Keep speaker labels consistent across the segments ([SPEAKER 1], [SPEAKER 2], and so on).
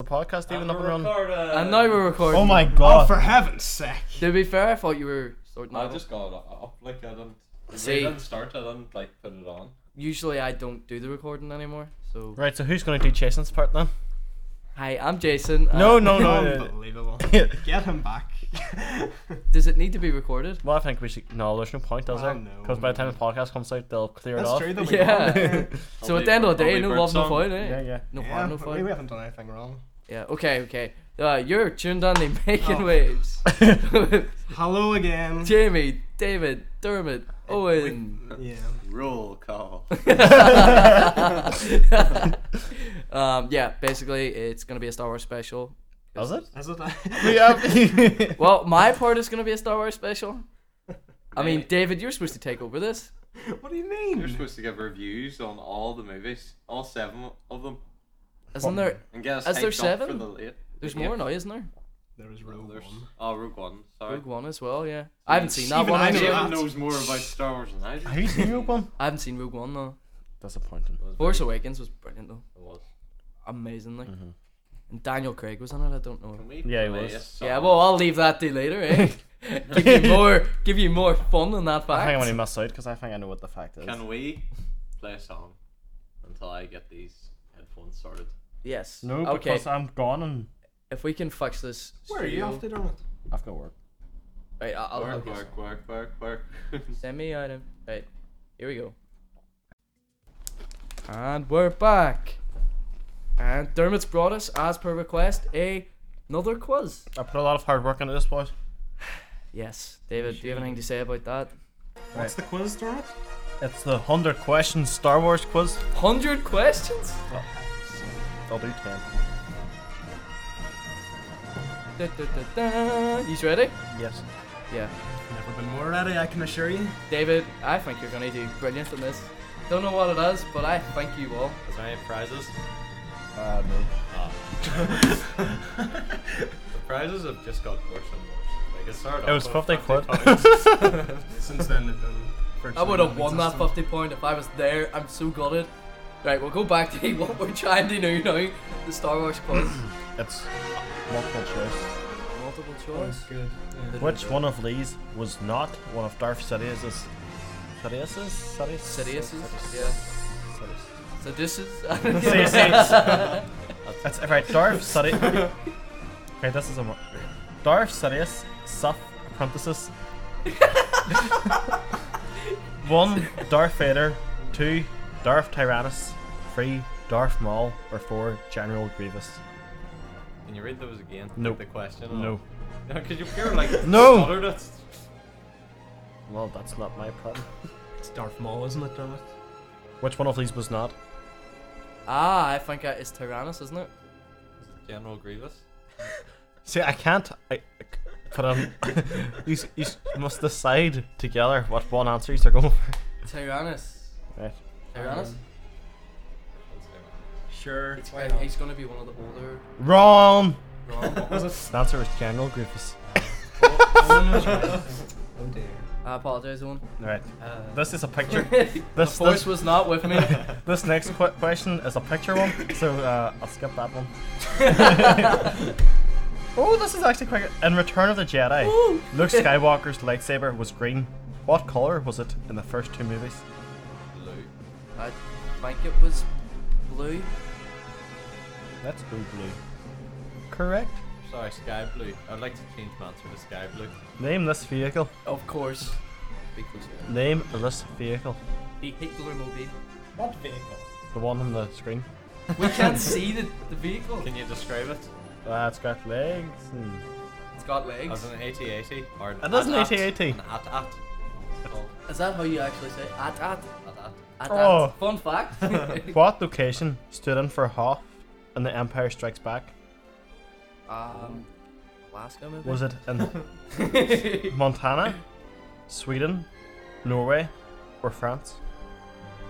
[SPEAKER 1] the podcast even up and running?
[SPEAKER 2] And now we're recording.
[SPEAKER 1] Oh my
[SPEAKER 3] Oh,
[SPEAKER 1] god.
[SPEAKER 3] for heaven's sake.
[SPEAKER 2] To be fair, I thought you were sorting
[SPEAKER 4] I
[SPEAKER 2] out.
[SPEAKER 4] just got it up. Like I didn't. If
[SPEAKER 2] See.
[SPEAKER 4] See, didn't start. I didn't like put it on.
[SPEAKER 2] Usually I don't do the recording anymore. So
[SPEAKER 1] right, so who's going to do Jason's part then?
[SPEAKER 2] hi, I'm Jason. uh,
[SPEAKER 1] No, no, no.
[SPEAKER 3] Unbelievable.
[SPEAKER 1] no.
[SPEAKER 3] Get him back.
[SPEAKER 2] Does it need to be recorded?
[SPEAKER 1] well, I think we should. No, there's no point, does
[SPEAKER 3] Well,
[SPEAKER 1] there?
[SPEAKER 3] no.
[SPEAKER 1] Because by the time the podcast comes out, they'll clear it
[SPEAKER 3] That's
[SPEAKER 1] off.
[SPEAKER 3] true, though. we won.
[SPEAKER 2] Yeah. so at the end of the
[SPEAKER 4] Only
[SPEAKER 2] day, no
[SPEAKER 4] bird
[SPEAKER 2] love, no
[SPEAKER 4] song.
[SPEAKER 2] fight, eh?
[SPEAKER 1] Yeah, yeah.
[SPEAKER 2] No
[SPEAKER 3] Yeah,
[SPEAKER 2] harm, no
[SPEAKER 3] but we
[SPEAKER 2] fight.
[SPEAKER 3] haven't done anything wrong.
[SPEAKER 2] Yeah. Okay, okay. Uh, you're tuned on to Making
[SPEAKER 3] Oh.
[SPEAKER 2] Waves.
[SPEAKER 3] Hello again.
[SPEAKER 2] Jamie, David, Dermot, Owen.
[SPEAKER 3] Yeah.
[SPEAKER 2] eh?
[SPEAKER 4] Roll call.
[SPEAKER 2] um, yeah, basically it's gonna be a Star Wars special.
[SPEAKER 1] Does it?
[SPEAKER 3] Is it?
[SPEAKER 1] We have.
[SPEAKER 2] Well, my part is gonna be a Star Wars special. I mean, David, you're supposed to take over this.
[SPEAKER 3] what do you
[SPEAKER 4] You're
[SPEAKER 3] mean?
[SPEAKER 4] supposed to give reviews on all the movies, all seven of them,
[SPEAKER 2] Isn't there?
[SPEAKER 4] and get us
[SPEAKER 2] Is there
[SPEAKER 4] hyped up
[SPEAKER 2] seven?
[SPEAKER 4] For the late,
[SPEAKER 2] There's
[SPEAKER 4] the
[SPEAKER 2] more
[SPEAKER 4] eighth.
[SPEAKER 2] now, isn't there?
[SPEAKER 3] There was
[SPEAKER 4] Oh,
[SPEAKER 3] Rogue
[SPEAKER 4] There's
[SPEAKER 3] One.
[SPEAKER 4] oh Rogue One. Sorry.
[SPEAKER 2] Rogue One as well, yeah. I haven't seen that
[SPEAKER 3] Even
[SPEAKER 2] one.
[SPEAKER 3] I know
[SPEAKER 2] actually.
[SPEAKER 3] that.
[SPEAKER 4] Jim knows more about Star Wars than I do.
[SPEAKER 1] have you seen Rogue One?
[SPEAKER 2] I haven't seen Rogue One though.
[SPEAKER 1] Disappointing.
[SPEAKER 4] It was
[SPEAKER 2] Force
[SPEAKER 4] very-
[SPEAKER 2] Awakens was brilliant though,
[SPEAKER 4] it was.
[SPEAKER 2] amazingly.
[SPEAKER 1] Mm-hmm.
[SPEAKER 2] And Daniel Craig was in it. I don't know.
[SPEAKER 4] Can we
[SPEAKER 1] Yeah, it
[SPEAKER 4] play
[SPEAKER 1] was.
[SPEAKER 4] a song?
[SPEAKER 2] Yeah, well, I'll leave that to later, eh? give you more, give you more fun than that
[SPEAKER 1] I
[SPEAKER 2] fact.
[SPEAKER 1] think I'm going to miss out because I think I know what the fact is.
[SPEAKER 4] Can we play a song until I get these headphones sorted?
[SPEAKER 2] Yes.
[SPEAKER 1] No,
[SPEAKER 2] Okay.
[SPEAKER 1] because I'm gone and
[SPEAKER 2] If we can fix this.
[SPEAKER 3] Where are you
[SPEAKER 2] studio-
[SPEAKER 3] off to, Dermot?
[SPEAKER 1] I've got work.
[SPEAKER 2] Right, I- I'll, I'll
[SPEAKER 4] Work,
[SPEAKER 2] get
[SPEAKER 4] work, work, work, work.
[SPEAKER 2] some. Send me item. Right, here we go. And we're back. And Dermot's brought us, as per request, a another quiz.
[SPEAKER 1] I put a lot of hard work into this, boys.
[SPEAKER 2] Yes, David. Do you have anything to say about that?
[SPEAKER 3] What's the quiz, Dermot?
[SPEAKER 1] It's the 100 questions Star Wars quiz.
[SPEAKER 2] Hundred questions.
[SPEAKER 1] I'll do 10.
[SPEAKER 2] Da, da, da, da. He's ready.
[SPEAKER 1] Yes.
[SPEAKER 2] Yeah.
[SPEAKER 3] Never been more ready, I can assure you.
[SPEAKER 2] David, I think you're gonna do brilliant in this. Don't know what it is, but I think you will.
[SPEAKER 4] Is there any prizes?
[SPEAKER 1] Uh, no.
[SPEAKER 4] The prizes have just got worse and worse. Like it started.
[SPEAKER 1] It was 50 quid.
[SPEAKER 3] Since then, they've been.
[SPEAKER 2] I
[SPEAKER 3] virtually
[SPEAKER 2] would have won that
[SPEAKER 3] non-existent.
[SPEAKER 2] 50 point if I was there. I'm so gutted. Right, we'll go back to what we're trying to do now. The Star Wars quiz.
[SPEAKER 1] It's multiple choice.
[SPEAKER 2] Multiple
[SPEAKER 3] That's
[SPEAKER 2] choice.
[SPEAKER 3] good. Yeah.
[SPEAKER 1] Which one of these was not one of Darth Sidious's? Sidious's? Sidious?
[SPEAKER 2] Sidious's?
[SPEAKER 1] Sidious.
[SPEAKER 2] Yeah.
[SPEAKER 1] Sidious.
[SPEAKER 2] So this is.
[SPEAKER 1] Sidious. That's right. Darth Sidious. Okay, this is a mo- Darth Sidious Sith apprentices. one Darth Vader, two Darth Tyrannus, three Darth Maul, or four General Grievous.
[SPEAKER 4] Can you read those again?
[SPEAKER 1] No.
[SPEAKER 4] Like the question. and
[SPEAKER 1] No.
[SPEAKER 4] all? No, because you pure like
[SPEAKER 1] No.
[SPEAKER 4] stuttered it.
[SPEAKER 1] Well, that's not my problem.
[SPEAKER 3] It's Darth Maul, isn't it, Dermot?
[SPEAKER 1] Which one of these was not?
[SPEAKER 2] ah, I think it's Tyrannus, isn't it?
[SPEAKER 4] General Grievous.
[SPEAKER 1] See, I can't. I, but um, you, s- you s- must decide together what one answer you're going for.
[SPEAKER 2] Tyrannus.
[SPEAKER 1] Right.
[SPEAKER 2] Tyrannus?
[SPEAKER 3] Sure.
[SPEAKER 2] Right, he's gonna be one of the older.
[SPEAKER 1] Wrong.
[SPEAKER 2] wrong.
[SPEAKER 3] Was it?
[SPEAKER 1] The answer was General Grievous.
[SPEAKER 3] Oh dear.
[SPEAKER 2] I apologize, Owen.
[SPEAKER 1] Right. This is a picture.
[SPEAKER 2] Uh, the
[SPEAKER 1] This
[SPEAKER 2] force
[SPEAKER 1] this,
[SPEAKER 2] was not with me.
[SPEAKER 1] this next qu- question is a picture one, so uh, I'll skip that one. oh, this is actually quite. good. In Return of the Jedi,
[SPEAKER 2] Ooh.
[SPEAKER 1] Luke Skywalker's lightsaber was green. What color was it in the first two movies?
[SPEAKER 4] Blue.
[SPEAKER 2] I think it was blue.
[SPEAKER 1] That's blue. Correct.
[SPEAKER 4] Sorry, sky blue. I'd like to change my answer to sky blue.
[SPEAKER 1] Name this vehicle.
[SPEAKER 2] Of course.
[SPEAKER 4] Because
[SPEAKER 1] Name this vehicle.
[SPEAKER 2] The Hitler mobile.
[SPEAKER 3] What vehicle?
[SPEAKER 1] The one on the screen.
[SPEAKER 2] We can't see the, the vehicle.
[SPEAKER 4] can you describe it
[SPEAKER 1] Uh, it's got legs and.
[SPEAKER 2] It's got legs.
[SPEAKER 4] as an 8080 or an
[SPEAKER 1] It is an
[SPEAKER 4] AT-AT?
[SPEAKER 1] 8080.
[SPEAKER 4] An at
[SPEAKER 2] Is that how you actually say it? at at at
[SPEAKER 1] Oh.
[SPEAKER 2] at? Fun fact.
[SPEAKER 1] What location stood in for Hoth in The Empire Strikes Back?
[SPEAKER 2] um, Alaska maybe.
[SPEAKER 1] Was it in Montana, Sweden, Norway, or France?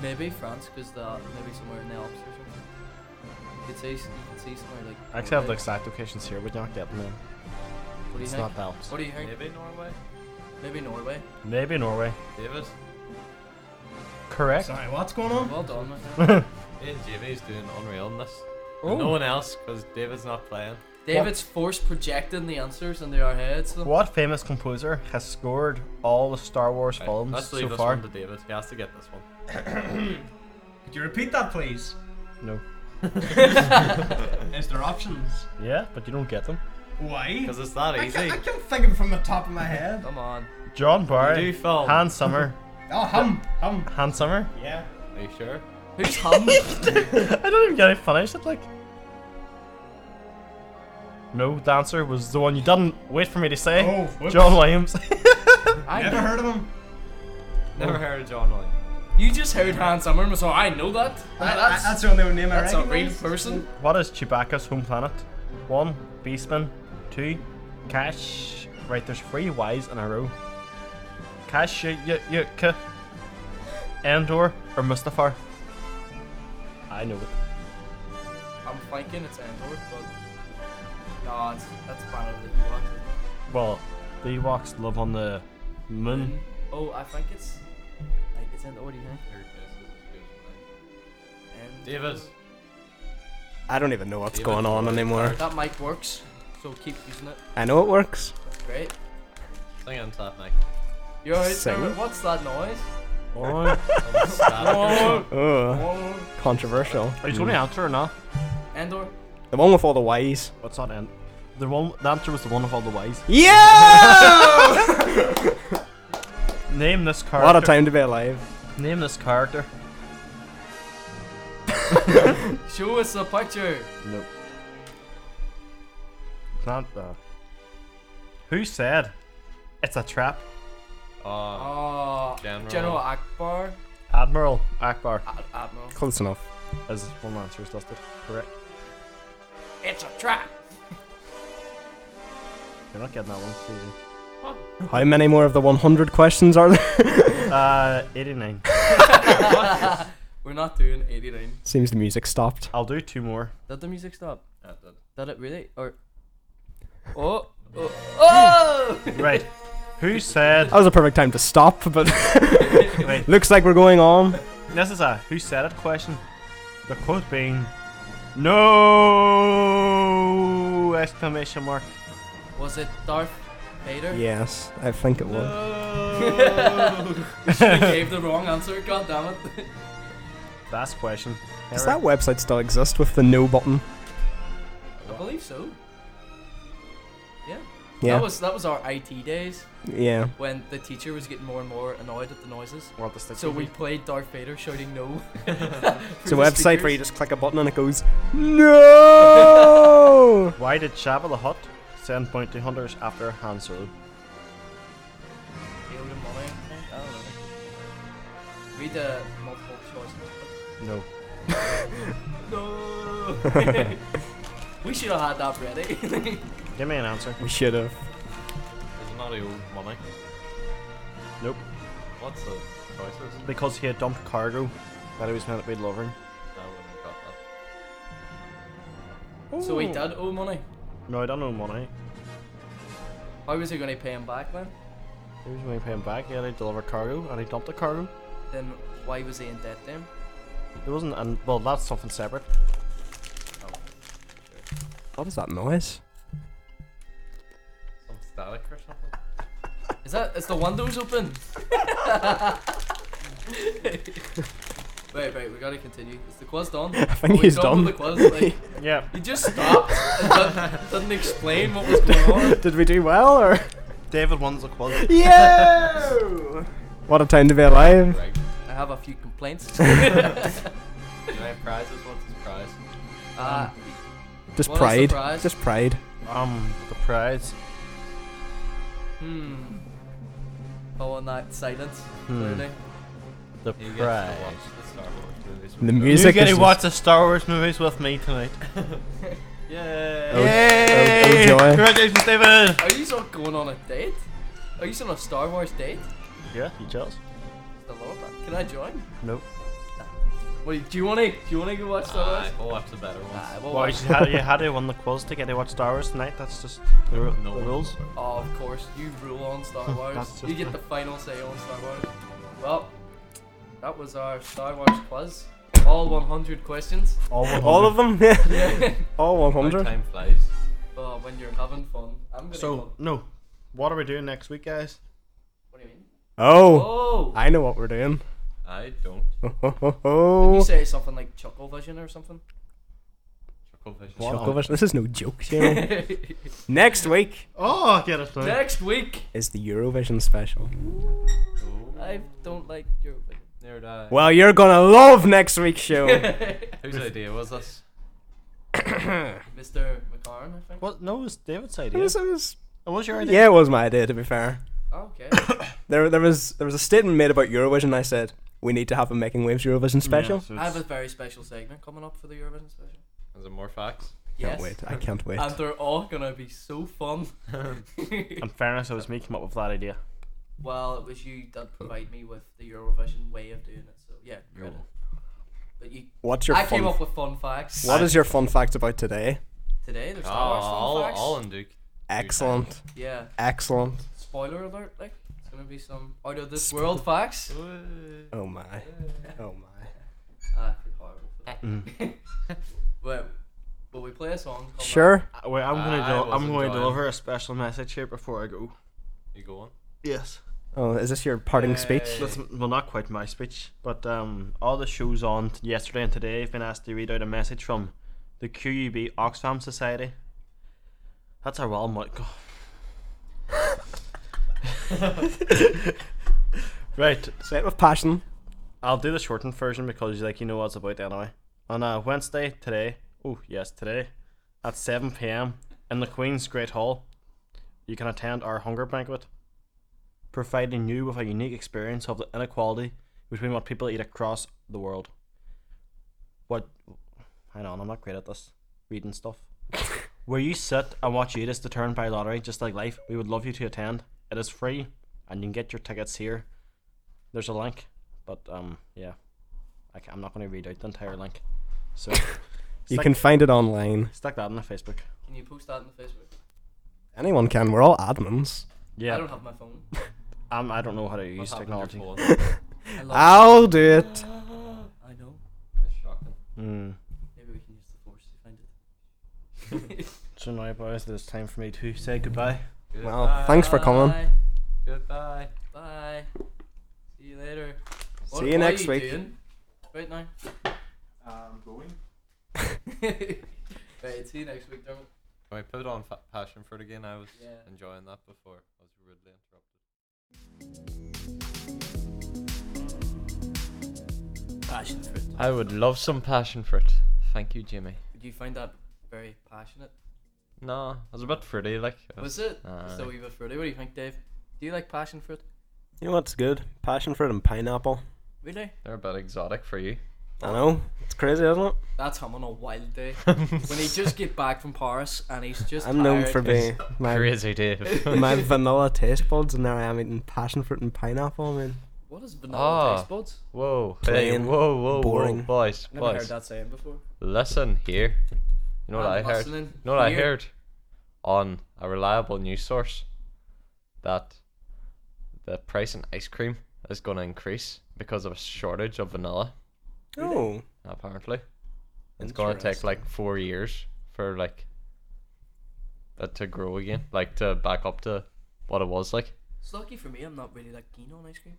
[SPEAKER 2] maybe France, because the maybe somewhere in the Alps or something. You could see, you could see somewhere like.
[SPEAKER 1] I actually have the
[SPEAKER 2] Norway.
[SPEAKER 1] exact locations here, but you're not getting them.
[SPEAKER 2] What do you
[SPEAKER 1] It's
[SPEAKER 2] think?
[SPEAKER 1] not Alps.
[SPEAKER 2] What do you think?
[SPEAKER 4] Maybe Norway.
[SPEAKER 2] Maybe Norway.
[SPEAKER 1] Maybe Norway.
[SPEAKER 4] David.
[SPEAKER 1] Correct.
[SPEAKER 3] Sorry, what's going on?
[SPEAKER 2] Well done, my friend.
[SPEAKER 4] Me and Jamie's doing unreal in this.
[SPEAKER 1] Oh.
[SPEAKER 4] And No one else, because David's not playing.
[SPEAKER 2] David's force projecting the answers into our heads. though.
[SPEAKER 1] What famous composer has scored all the Star Wars
[SPEAKER 4] Right,
[SPEAKER 1] films
[SPEAKER 4] let's leave
[SPEAKER 1] so
[SPEAKER 4] this
[SPEAKER 1] far?
[SPEAKER 4] one to David. He has to get this one.
[SPEAKER 3] Could you repeat that, please?
[SPEAKER 1] No.
[SPEAKER 3] Is there options?
[SPEAKER 1] Yeah, but you don't get them.
[SPEAKER 3] Why?
[SPEAKER 4] Because it's that
[SPEAKER 3] I
[SPEAKER 4] easy.
[SPEAKER 3] can't, I can't think of it from the top of my head.
[SPEAKER 2] Come on.
[SPEAKER 1] John
[SPEAKER 4] You
[SPEAKER 1] Barry,
[SPEAKER 4] do film.
[SPEAKER 1] Hans Summer,
[SPEAKER 3] Oh, hum, hum.
[SPEAKER 1] Hans Summer.
[SPEAKER 3] Yeah.
[SPEAKER 4] Are you sure?
[SPEAKER 2] Who's hum?
[SPEAKER 1] I don't even get it finished. It like. No, the answer was the one you didn't wait for me to say.
[SPEAKER 3] Oh, whoops.
[SPEAKER 1] John Williams.
[SPEAKER 2] I
[SPEAKER 3] Never heard of him.
[SPEAKER 4] Never heard of John Williams.
[SPEAKER 2] You just heard Hans Zimmer, so I know that.
[SPEAKER 3] That-
[SPEAKER 2] that's
[SPEAKER 3] that's the only name I
[SPEAKER 2] that's a real
[SPEAKER 3] recognize.
[SPEAKER 2] person.
[SPEAKER 1] what is Chewbacca's home planet? One, Beastman. Two, Cash. Right, there's three Y's in a row. Cash, y- y- y- K. Endor or Mustafar? I know it.
[SPEAKER 2] I'm thinking it's Andor, but no, it's that's Planet of the Ewoks.
[SPEAKER 1] Well, the Ewoks live on the moon.
[SPEAKER 2] Oh, I think it's like it's Andor. Do you think? And-
[SPEAKER 4] David.
[SPEAKER 5] I don't even know what's
[SPEAKER 4] David.
[SPEAKER 5] going on anymore.
[SPEAKER 2] That mic works, so keep using it.
[SPEAKER 5] I know it works.
[SPEAKER 2] Great.
[SPEAKER 4] Sing into that mic.
[SPEAKER 2] You're out there.
[SPEAKER 5] Sing?
[SPEAKER 2] with- What's that noise?
[SPEAKER 1] Alright.
[SPEAKER 4] Don't stab it.
[SPEAKER 5] Oh,
[SPEAKER 2] Oh,
[SPEAKER 5] controversial.
[SPEAKER 1] Are you going to answer or not?
[SPEAKER 2] Andor.
[SPEAKER 5] The one with all the Y's.
[SPEAKER 1] What's that end? The one. The answer was the one of all the Y's.
[SPEAKER 5] Yeah!
[SPEAKER 1] Name this character.
[SPEAKER 5] what a time to be alive.
[SPEAKER 1] Name this character.
[SPEAKER 2] Show us a picture.
[SPEAKER 1] Nope. It's not that. Who said it's a trap?
[SPEAKER 4] Oh,
[SPEAKER 2] Oh,
[SPEAKER 4] General.
[SPEAKER 2] General Akbar,
[SPEAKER 1] Admiral Akbar
[SPEAKER 2] Ad- Admiral.
[SPEAKER 5] Close enough.
[SPEAKER 1] as one answer is listed. Correct.
[SPEAKER 2] It's a trap.
[SPEAKER 1] You're not getting that one, Susan.
[SPEAKER 5] How many more of the 100 questions are there?
[SPEAKER 1] Uh, 89.
[SPEAKER 2] We're not doing 89.
[SPEAKER 5] Seems the music stopped.
[SPEAKER 1] I'll do two more.
[SPEAKER 2] Did the music stop?
[SPEAKER 4] that did.
[SPEAKER 2] Did it really? Or oh oh oh!
[SPEAKER 1] Right. Who said?
[SPEAKER 5] That was a perfect time to stop, but
[SPEAKER 1] Wait.
[SPEAKER 5] looks like we're going on.
[SPEAKER 1] This is a who said it question. The quote being, "No!" exclamation mark.
[SPEAKER 2] Was it Darth Vader?
[SPEAKER 5] Yes, I think it was.
[SPEAKER 2] We gave the wrong answer. God damn it!
[SPEAKER 1] Last question.
[SPEAKER 5] Does that
[SPEAKER 1] Eric,
[SPEAKER 5] website still exist with the no button?
[SPEAKER 2] I believe so. Yeah.
[SPEAKER 5] Yeah.
[SPEAKER 2] That was that was our IT days
[SPEAKER 5] yeah.
[SPEAKER 2] when the teacher was getting more and more annoyed at the noises.
[SPEAKER 1] what the stick
[SPEAKER 2] So
[SPEAKER 1] would
[SPEAKER 2] we
[SPEAKER 1] be?
[SPEAKER 2] played Darth Vader shouting no.
[SPEAKER 5] It's a website where you just click a button and it goes, No!
[SPEAKER 1] Why did Shabba the Hutt send bounty hunters after Han Solo?
[SPEAKER 2] Oh, Read the multiple choice.
[SPEAKER 1] No.
[SPEAKER 2] No. we should have had that ready.
[SPEAKER 1] Give me an answer.
[SPEAKER 5] We should have.
[SPEAKER 4] There's not old money.
[SPEAKER 1] Nope.
[SPEAKER 4] What's the choices?
[SPEAKER 1] Because he had dumped cargo that he was meant to be delivering.
[SPEAKER 4] No, we haven't got that.
[SPEAKER 2] so he did owe money.
[SPEAKER 1] No, I don't know money.
[SPEAKER 2] How was he going to pay him back then?
[SPEAKER 1] He was going to pay him back. He had to deliver cargo and he dumped the cargo.
[SPEAKER 2] Then why was he in debt then?
[SPEAKER 1] It wasn't, and well, that's something separate.
[SPEAKER 5] What is that noise?
[SPEAKER 4] Some static or something?
[SPEAKER 2] Is that? Is the windows open? wait, wait. We gotta continue. Is the quiz done? I
[SPEAKER 5] think he's done.
[SPEAKER 2] The quiz. Like,
[SPEAKER 1] Yeah.
[SPEAKER 2] he just stopped and did, didn't explain what was going on.
[SPEAKER 5] Did we do well or?
[SPEAKER 1] David wins the quiz.
[SPEAKER 5] Yeah! what a time to be alive.
[SPEAKER 4] Greg.
[SPEAKER 2] I have a few complaints.
[SPEAKER 4] Can I have prizes? What's his prize?
[SPEAKER 2] uh,
[SPEAKER 5] Just
[SPEAKER 2] What a
[SPEAKER 5] pride.
[SPEAKER 2] surprise.
[SPEAKER 5] Just pride.
[SPEAKER 1] Um, the prize.
[SPEAKER 2] hmm. Oh, and that silence.
[SPEAKER 1] Hmm.
[SPEAKER 2] Clearly.
[SPEAKER 1] The
[SPEAKER 4] He gets
[SPEAKER 1] prize.
[SPEAKER 4] to watch the Star Wars movies.
[SPEAKER 5] The
[SPEAKER 1] You
[SPEAKER 5] music
[SPEAKER 1] get
[SPEAKER 5] is
[SPEAKER 1] to
[SPEAKER 5] just-
[SPEAKER 1] watch the Star Wars movies with me tonight.
[SPEAKER 4] Yeah.
[SPEAKER 5] Oh, oh, oh joy.
[SPEAKER 1] Congratulations, David!
[SPEAKER 2] Are you still going on a date? Are you still on a Star Wars date?
[SPEAKER 1] Yeah, you jealous?
[SPEAKER 2] I love that. Can I join?
[SPEAKER 1] Nope.
[SPEAKER 2] Wait, do you want to? Do you want to go watch Star Wars?
[SPEAKER 4] Aye, we'll watch the better ones.
[SPEAKER 2] Aye, we'll
[SPEAKER 1] Well, you
[SPEAKER 2] watch-
[SPEAKER 1] had, you had to win the quiz to get to watch Star Wars tonight. That's just the, ru-
[SPEAKER 4] No
[SPEAKER 1] the
[SPEAKER 4] one
[SPEAKER 1] rules.
[SPEAKER 4] will.
[SPEAKER 2] Oh, of course, you rule on Star
[SPEAKER 1] That's
[SPEAKER 2] Wars.
[SPEAKER 1] just
[SPEAKER 2] you get
[SPEAKER 1] me.
[SPEAKER 2] the final say on Star Wars. Well, that was our Star Wars quiz. all 100 questions.
[SPEAKER 1] All, 100.
[SPEAKER 5] All of them? Yeah.
[SPEAKER 2] Yeah.
[SPEAKER 5] All
[SPEAKER 4] How
[SPEAKER 5] 100.
[SPEAKER 4] time flies.
[SPEAKER 2] oh, when you're having fun. I'm gonna.
[SPEAKER 1] So
[SPEAKER 2] go-
[SPEAKER 1] no, what are we doing next week, guys?
[SPEAKER 2] What do you mean? Oh.
[SPEAKER 5] Oh, I know what we're doing.
[SPEAKER 4] I don't.
[SPEAKER 5] Ho, ho, ho,
[SPEAKER 2] Did you
[SPEAKER 5] ho.
[SPEAKER 2] say something like chuckle vision or something?
[SPEAKER 4] Chuckle vision.
[SPEAKER 1] What?
[SPEAKER 5] Chucklevish, This is no joke, Shane. Next week
[SPEAKER 1] Oh, I get it now.
[SPEAKER 2] Next week.
[SPEAKER 5] is the Eurovision special.
[SPEAKER 4] Oh,
[SPEAKER 2] I don't like your.
[SPEAKER 4] near die.
[SPEAKER 5] Well, you're gonna love next week's show.
[SPEAKER 4] Whose idea was this?
[SPEAKER 2] Mr. McCarron, I think.
[SPEAKER 1] What? No, it was David's
[SPEAKER 5] It
[SPEAKER 1] idea.
[SPEAKER 5] was- it was-
[SPEAKER 1] It was your idea.
[SPEAKER 5] yeah, it was my idea. To be fair,
[SPEAKER 2] Oh, okay.
[SPEAKER 5] there, there was, there was a statement made about Eurovision. and I said we need to have a Making Waves Eurovision special.
[SPEAKER 1] so
[SPEAKER 2] I have a
[SPEAKER 1] it's-
[SPEAKER 2] very special segment coming up for the Eurovision special.
[SPEAKER 4] Is it more facts?
[SPEAKER 5] Can't
[SPEAKER 2] Yes. Um,
[SPEAKER 5] wait! I can't wait.
[SPEAKER 2] And they're all gonna be so fun.
[SPEAKER 1] In fairness, it was me came up with that idea.
[SPEAKER 2] well, it was you that provided me with the Eurovision way of doing it. So yeah, credit. But you,
[SPEAKER 5] What's your
[SPEAKER 2] I
[SPEAKER 5] fun?
[SPEAKER 2] came up with fun facts.
[SPEAKER 5] what is your fun fact about today?
[SPEAKER 2] Today there's
[SPEAKER 4] Oh,
[SPEAKER 2] Star Wars fun
[SPEAKER 4] all,
[SPEAKER 2] facts.
[SPEAKER 4] all in Duke.
[SPEAKER 5] Excellent,
[SPEAKER 2] Yeah.
[SPEAKER 5] excellent.
[SPEAKER 2] Spoiler alert, like it's gonna be some out of this world facts.
[SPEAKER 5] Oh my, oh my.
[SPEAKER 2] Ah, pretty horrible. for that. Wait, will we play a song? called
[SPEAKER 5] Mm. Sure.
[SPEAKER 1] Uh, Wait, I'm gonna
[SPEAKER 4] I
[SPEAKER 1] del-
[SPEAKER 4] was
[SPEAKER 1] I'm going
[SPEAKER 4] enjoying
[SPEAKER 1] to deliver a special message here before I go.
[SPEAKER 4] You go on.
[SPEAKER 1] Yes.
[SPEAKER 5] Oh, is this your parting speech?
[SPEAKER 4] Yay.
[SPEAKER 1] That's, well, not quite my speech, but um, all the shows on t- yesterday and today have been asked to read out a message from the QUB Oxfam Society. That's a well, my God. right,
[SPEAKER 5] Say it with passion.
[SPEAKER 1] I'll do the shortened version because like you know what it's about anyway. On uh, Wednesday today, oh yes today, at 7 p.m. in the Queen's Great Hall, you can attend our hunger banquet, providing you with a unique experience of the inequality between what people eat across the world. What? Hang on, I'm not great at this reading stuff. Where you sit and watch you eat is determined by lottery, just like life. We would love you to attend. It is free, and you can get your tickets here. There's a link but um, yeah, I ca- I'm not going to read out the entire link. So
[SPEAKER 5] You
[SPEAKER 1] Sec-
[SPEAKER 5] can find it online.
[SPEAKER 1] stack that on the Facebook.
[SPEAKER 2] Can you post that on the Facebook?
[SPEAKER 5] Anyone can. We're all admins.
[SPEAKER 1] Yeah,
[SPEAKER 2] I don't have my phone.
[SPEAKER 1] um, I don't know how to
[SPEAKER 4] What
[SPEAKER 1] use
[SPEAKER 4] happened to
[SPEAKER 1] technology.
[SPEAKER 4] your phone?
[SPEAKER 2] I love
[SPEAKER 5] I'll do it.
[SPEAKER 2] I know.
[SPEAKER 4] That's shocking.
[SPEAKER 1] Mm.
[SPEAKER 2] Maybe we can use the force to find it.
[SPEAKER 1] So now, boys, it's time for me to say goodbye.
[SPEAKER 5] Well, thanks for coming.
[SPEAKER 2] Bye.
[SPEAKER 4] Goodbye.
[SPEAKER 2] Bye. See you later.
[SPEAKER 5] See you next week.
[SPEAKER 2] doing Right now.
[SPEAKER 3] Uh, I'm going.
[SPEAKER 2] right, see you next week, Dermot.
[SPEAKER 4] Can we put on fa- Passion Fruit again? I was
[SPEAKER 2] Yeah.
[SPEAKER 4] enjoying that before. I was rudely interrupted.
[SPEAKER 2] Passion fruit.
[SPEAKER 4] I would love some Passion Fruit. Thank you, Jimmy.
[SPEAKER 2] Did you find that very passionate?
[SPEAKER 4] No, it was a bit fruity, like. uh,
[SPEAKER 2] Was it?
[SPEAKER 5] uh,
[SPEAKER 4] Aye.
[SPEAKER 2] So we were fruity. What do you think, Dave? Do you like passion fruit?
[SPEAKER 5] You know what's good? Passion fruit and pineapple.
[SPEAKER 2] Really?
[SPEAKER 4] They're a bit exotic for you.
[SPEAKER 5] I know. It's crazy, isn't it?
[SPEAKER 2] That's him on a wild day. when he just get back from Paris and he's just
[SPEAKER 5] I'm known
[SPEAKER 2] tired.
[SPEAKER 5] for being my,
[SPEAKER 4] Crazy Dave.
[SPEAKER 5] my vanilla taste buds, and there I am eating passion fruit and pineapple. I mean,
[SPEAKER 2] What is vanilla
[SPEAKER 4] Ah.
[SPEAKER 2] taste buds?
[SPEAKER 4] Whoa. Hey,
[SPEAKER 5] Plain,
[SPEAKER 4] whoa, whoa,
[SPEAKER 5] boring.
[SPEAKER 4] whoa. Boys,
[SPEAKER 2] Never
[SPEAKER 4] boys.
[SPEAKER 2] heard that saying before.
[SPEAKER 4] Listen here. You know what
[SPEAKER 2] I'm
[SPEAKER 4] I heard?
[SPEAKER 2] listening.
[SPEAKER 4] You know what I
[SPEAKER 2] Here.
[SPEAKER 4] heard? On a reliable news source that the price in ice cream is going to increase because of a shortage of vanilla,
[SPEAKER 5] oh,
[SPEAKER 4] apparently. It's going to take like four years for like that to grow again, like to back up to what it was like.
[SPEAKER 2] It's lucky for me. I'm not really that keen on ice cream.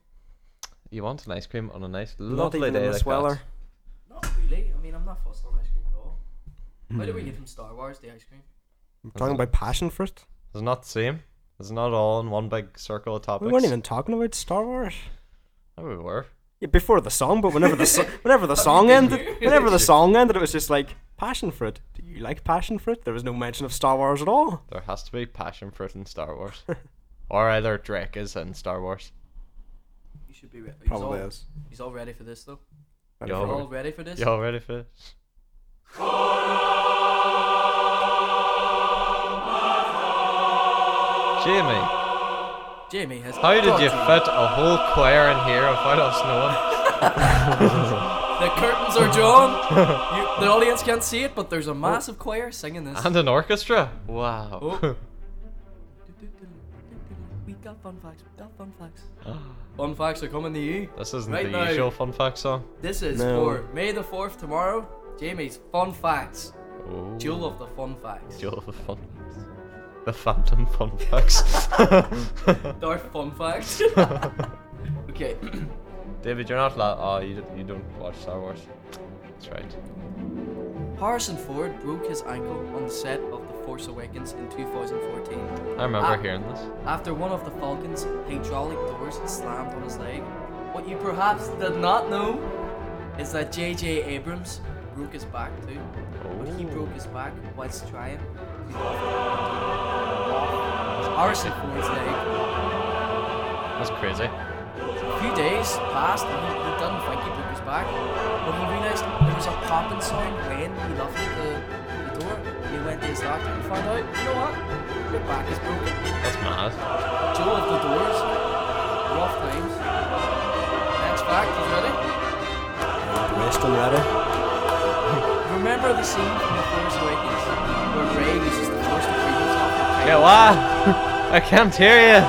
[SPEAKER 4] You want an ice cream on a nice,
[SPEAKER 5] not
[SPEAKER 4] lovely
[SPEAKER 5] even
[SPEAKER 4] day
[SPEAKER 5] in
[SPEAKER 4] like
[SPEAKER 5] this weather.
[SPEAKER 4] that.
[SPEAKER 2] Not really. I mean, I'm not fussed on ice cream at all. Why
[SPEAKER 5] Hmm.
[SPEAKER 2] do we give him Star Wars the ice cream?
[SPEAKER 5] I'm talking about passion fruit.
[SPEAKER 4] It's not the same. It's not all in one big circle of topics.
[SPEAKER 5] We weren't even talking about Star Wars.
[SPEAKER 4] Oh, we were.
[SPEAKER 5] Yeah, before the song, but whenever the so- whenever the song ended, whenever the song ended, it was just like passion fruit. Do you like passion fruit? There was no mention of Star Wars at all.
[SPEAKER 4] There has to be passion fruit in Star Wars. or either Drake is in Star Wars.
[SPEAKER 2] You should be ready.
[SPEAKER 5] Probably
[SPEAKER 2] all,
[SPEAKER 5] is.
[SPEAKER 2] He's all ready for this though.
[SPEAKER 4] Yo.
[SPEAKER 2] You're
[SPEAKER 4] Oh.
[SPEAKER 2] all ready for this.
[SPEAKER 4] Y'all ready for this? Jamie,
[SPEAKER 2] Jamie has.
[SPEAKER 4] how did
[SPEAKER 2] got
[SPEAKER 4] you fit a whole choir in here without us knowing?
[SPEAKER 2] The curtains are drawn. you, the audience can't see it, but there's a massive choir singing this.
[SPEAKER 4] And an orchestra? Wow.
[SPEAKER 2] Oh. got fun facts. We got fun facts. fun facts are coming to you.
[SPEAKER 4] This isn't
[SPEAKER 2] Right
[SPEAKER 4] the
[SPEAKER 2] now.
[SPEAKER 4] usual fun fact song.
[SPEAKER 2] This is
[SPEAKER 5] No.
[SPEAKER 2] for May the 4th tomorrow. Jamie's fun facts.
[SPEAKER 4] Oh.
[SPEAKER 2] Jewel of the fun facts.
[SPEAKER 4] Duel of the fun facts. The phantom fun facts.
[SPEAKER 2] Dark fun facts. okay.
[SPEAKER 4] David, you're not la- Oh, you, d- you don't watch Star Wars. That's right.
[SPEAKER 2] Harrison Ford broke his ankle on the set of The Force Awakens in 2014.
[SPEAKER 4] I remember
[SPEAKER 2] Ah.
[SPEAKER 4] hearing this.
[SPEAKER 2] After one of the Falcon's hydraulic doors slammed on his leg, what you perhaps did not know is that J.J. Abrams broke his back too. But he broke his back whilst trying to Harrison Ford's leg.
[SPEAKER 4] That's crazy.
[SPEAKER 2] A few days passed and he, he didn't think he broke his back, but he realised there was a popping sound when he left the, the door. He went to his doctor and found out, you know what? Your back is broken.
[SPEAKER 4] That's mad.
[SPEAKER 2] Joe of the Doors, Rough Times. Next fact, you ready?
[SPEAKER 5] Rest and ready.
[SPEAKER 2] Remember the scene from The Force Awakens where Rey uses the Force to free himself from Kylo?
[SPEAKER 4] Yeah, wow! I can't hear you!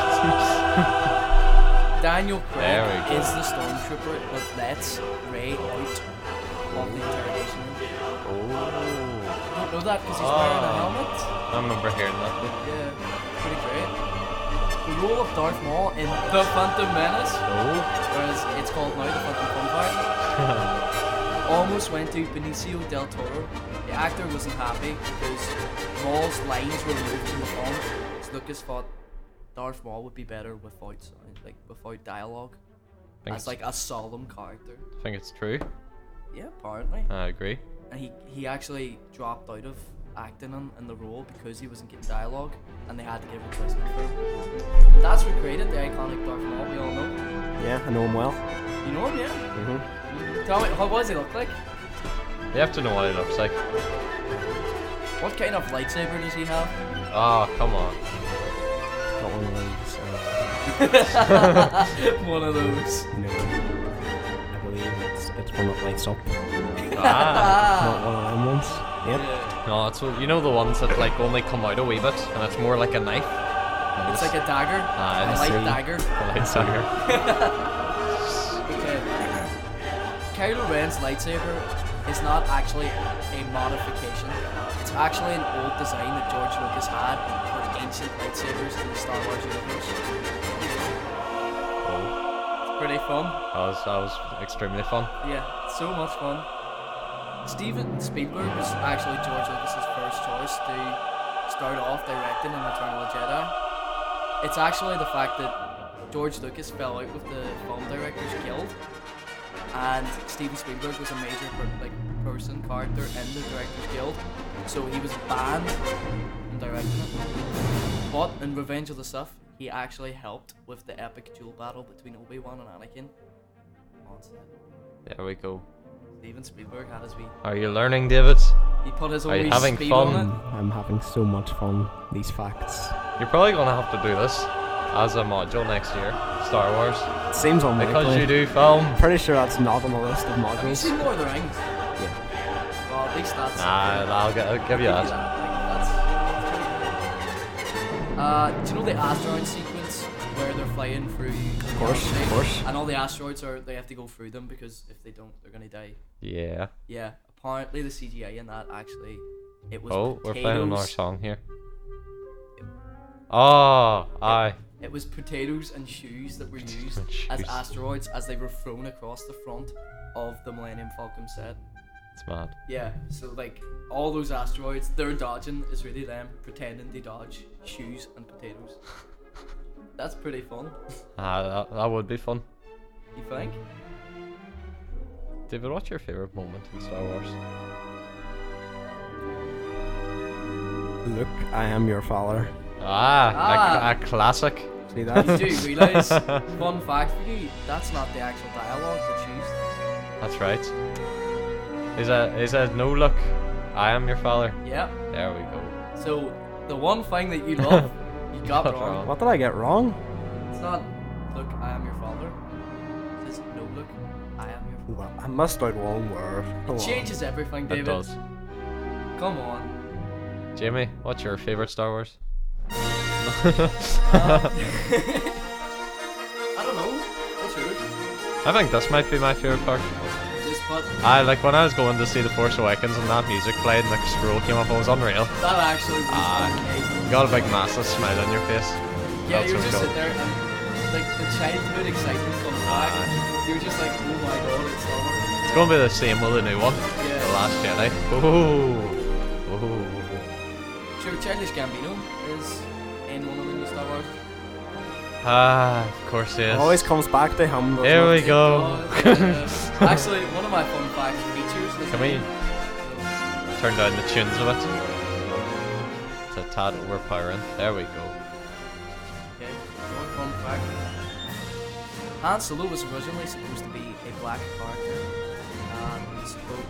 [SPEAKER 2] Daniel
[SPEAKER 4] There we
[SPEAKER 2] Craig
[SPEAKER 4] go.
[SPEAKER 2] is the stormtrooper that lets Rey out of the interrogation room.
[SPEAKER 4] oh.
[SPEAKER 2] You don't know that because he's
[SPEAKER 4] Ah.
[SPEAKER 2] wearing a helmet.
[SPEAKER 4] I remember hearing that.
[SPEAKER 2] Yeah, pretty great. The role of Darth Maul in The Phantom Menace,
[SPEAKER 4] Oh.
[SPEAKER 2] or as it's called now, The Phantom Vampire, almost went to Benicio del Toro. The actor wasn't happy because Maul's lines were removed from the film, so Lucas thought Darth Maul would be better without sound, like without dialogue,
[SPEAKER 4] I think,
[SPEAKER 2] as
[SPEAKER 4] it's,
[SPEAKER 2] like a solemn character.
[SPEAKER 4] I think it's true.
[SPEAKER 2] Yeah, apparently.
[SPEAKER 4] I agree.
[SPEAKER 2] and he, he actually dropped out of acting in, in the role because he wasn't getting dialogue and they had to give a replacement for him. And that's what created the iconic Darth Maul we all know.
[SPEAKER 5] Yeah, I know him well.
[SPEAKER 2] You know him, yeah? Mm-hmm. Tell me, how does he look like?
[SPEAKER 4] You have to know what it looks like.
[SPEAKER 2] What kind of lightsaber does he have?
[SPEAKER 4] Oh, come on.
[SPEAKER 5] Got one of those. Uh,
[SPEAKER 2] One of those.
[SPEAKER 5] no. I believe it's, it's one that lights up.
[SPEAKER 4] Ah.
[SPEAKER 5] Not one of them ones. Yep.
[SPEAKER 2] Yeah.
[SPEAKER 4] No, it's you know the ones that like only come out a wee bit, and it's more like a knife. And
[SPEAKER 2] It's like a dagger.
[SPEAKER 4] Ah,
[SPEAKER 2] a
[SPEAKER 4] I
[SPEAKER 2] light
[SPEAKER 4] see.
[SPEAKER 2] dagger.
[SPEAKER 4] lightsaber.
[SPEAKER 2] Okay. Kylo Ren's lightsaber is not actually a modification. It's actually an old design that George Lucas had for ancient lightsabers in the Star Wars universe.
[SPEAKER 4] Oh,
[SPEAKER 2] It's pretty fun.
[SPEAKER 4] that was that was extremely fun.
[SPEAKER 2] Yeah, so much fun. Steven Spielberg was actually George Lucas's first choice to start off directing in Return of the Jedi. It's actually the fact that George Lucas fell out with the film directors guild, and Steven Spielberg was a major per- like person character in the directors guild, so he was banned from directing it. But in Revenge of the Sith, he actually helped with the epic duel battle between Obi Wan and Anakin. On set.
[SPEAKER 4] There we go.
[SPEAKER 2] Steven Spielberg had his wee.
[SPEAKER 4] Are you learning, David?
[SPEAKER 2] He put his
[SPEAKER 4] Are
[SPEAKER 2] own
[SPEAKER 4] you
[SPEAKER 2] wee
[SPEAKER 4] having
[SPEAKER 2] speed
[SPEAKER 4] fun?
[SPEAKER 2] on
[SPEAKER 5] I'm having so much fun. These facts.
[SPEAKER 4] You're probably gonna have to do this as a module next year, Star Wars,
[SPEAKER 5] It seems unlikely.
[SPEAKER 4] because you do film.
[SPEAKER 5] Pretty sure that's not on the list of
[SPEAKER 2] it. Have you
[SPEAKER 5] modules.
[SPEAKER 2] seen Lord of the Rings? Well, at least that's.
[SPEAKER 4] Nah, I'll, get, I'll give you
[SPEAKER 2] I'll
[SPEAKER 4] that.
[SPEAKER 2] give you that, like, that's- Uh, do you know the asteroid sequence where they're flying through? Of
[SPEAKER 5] course, of course.
[SPEAKER 2] And all the asteroids are they have to go through them because if they don't, they're gonna die.
[SPEAKER 4] Yeah.
[SPEAKER 2] Yeah. Apparently, the CGI in that actually, it was.
[SPEAKER 4] Oh, we're playing another
[SPEAKER 2] potatoes.
[SPEAKER 4] song here. Oh, aye.
[SPEAKER 2] It was potatoes and shoes that were used
[SPEAKER 4] and
[SPEAKER 2] as
[SPEAKER 4] shoes.
[SPEAKER 2] asteroids as they were thrown across the front of the Millennium Falcon set.
[SPEAKER 4] It's mad.
[SPEAKER 2] Yeah, so like all those asteroids, they're dodging is really them pretending they dodge shoes and potatoes. That's pretty fun,
[SPEAKER 4] Ah, that, that would be fun.
[SPEAKER 2] you think?
[SPEAKER 4] David, what's your favorite moment in Star Wars?
[SPEAKER 5] Look, I am your father.
[SPEAKER 4] Ah,
[SPEAKER 2] Ah.
[SPEAKER 4] A, cl- a classic.
[SPEAKER 5] See
[SPEAKER 2] You
[SPEAKER 5] that?
[SPEAKER 2] do realise, fun fact for you, that's not the actual dialogue that's used.
[SPEAKER 4] That's right. Is that is that no look? I am your father.
[SPEAKER 2] Yeah,
[SPEAKER 4] There we go.
[SPEAKER 2] so the one thing that you love, you got
[SPEAKER 4] Got
[SPEAKER 2] wrong.
[SPEAKER 4] wrong.
[SPEAKER 5] what did I get wrong?
[SPEAKER 2] It's not, look, I am your father. It's no, look, I am your
[SPEAKER 5] Well, I missed out one word. Come on.
[SPEAKER 2] father. Changes everything,
[SPEAKER 4] That
[SPEAKER 2] David.
[SPEAKER 4] does.
[SPEAKER 2] Come on.
[SPEAKER 4] Jamie, what's your favorite Star Wars? I think this might be my favorite part.
[SPEAKER 2] This but
[SPEAKER 4] I like when I was going to see The Force Awakens and that music played and the scroll came up. It was unreal.
[SPEAKER 2] that actually was
[SPEAKER 4] Ah,
[SPEAKER 2] amazing.
[SPEAKER 4] You got a big massive smile on your face.
[SPEAKER 2] Yeah,
[SPEAKER 4] That's
[SPEAKER 2] you were
[SPEAKER 4] what
[SPEAKER 2] just
[SPEAKER 4] we
[SPEAKER 2] sitting there, and like the childhood excitement comes
[SPEAKER 4] Ah.
[SPEAKER 2] back. You were just like, oh my god, it's summer.
[SPEAKER 4] It's gonna be the same with the new one, The
[SPEAKER 2] Yeah.
[SPEAKER 4] Last Jedi. Ooh, ooh.
[SPEAKER 2] Sure, Childish Gambino is in one of the new Star Wars.
[SPEAKER 4] Ah, of course yes.
[SPEAKER 5] Always comes back to him. doesn't
[SPEAKER 4] Here
[SPEAKER 5] it?
[SPEAKER 4] we go.
[SPEAKER 2] Because, uh, actually, one of my fun facts features is
[SPEAKER 4] Can we turn down the tunes of it? It's a tad overpowering. There we go.
[SPEAKER 2] Okay, one fun fact. Han Solo was originally supposed to be a black character, and he was supposed,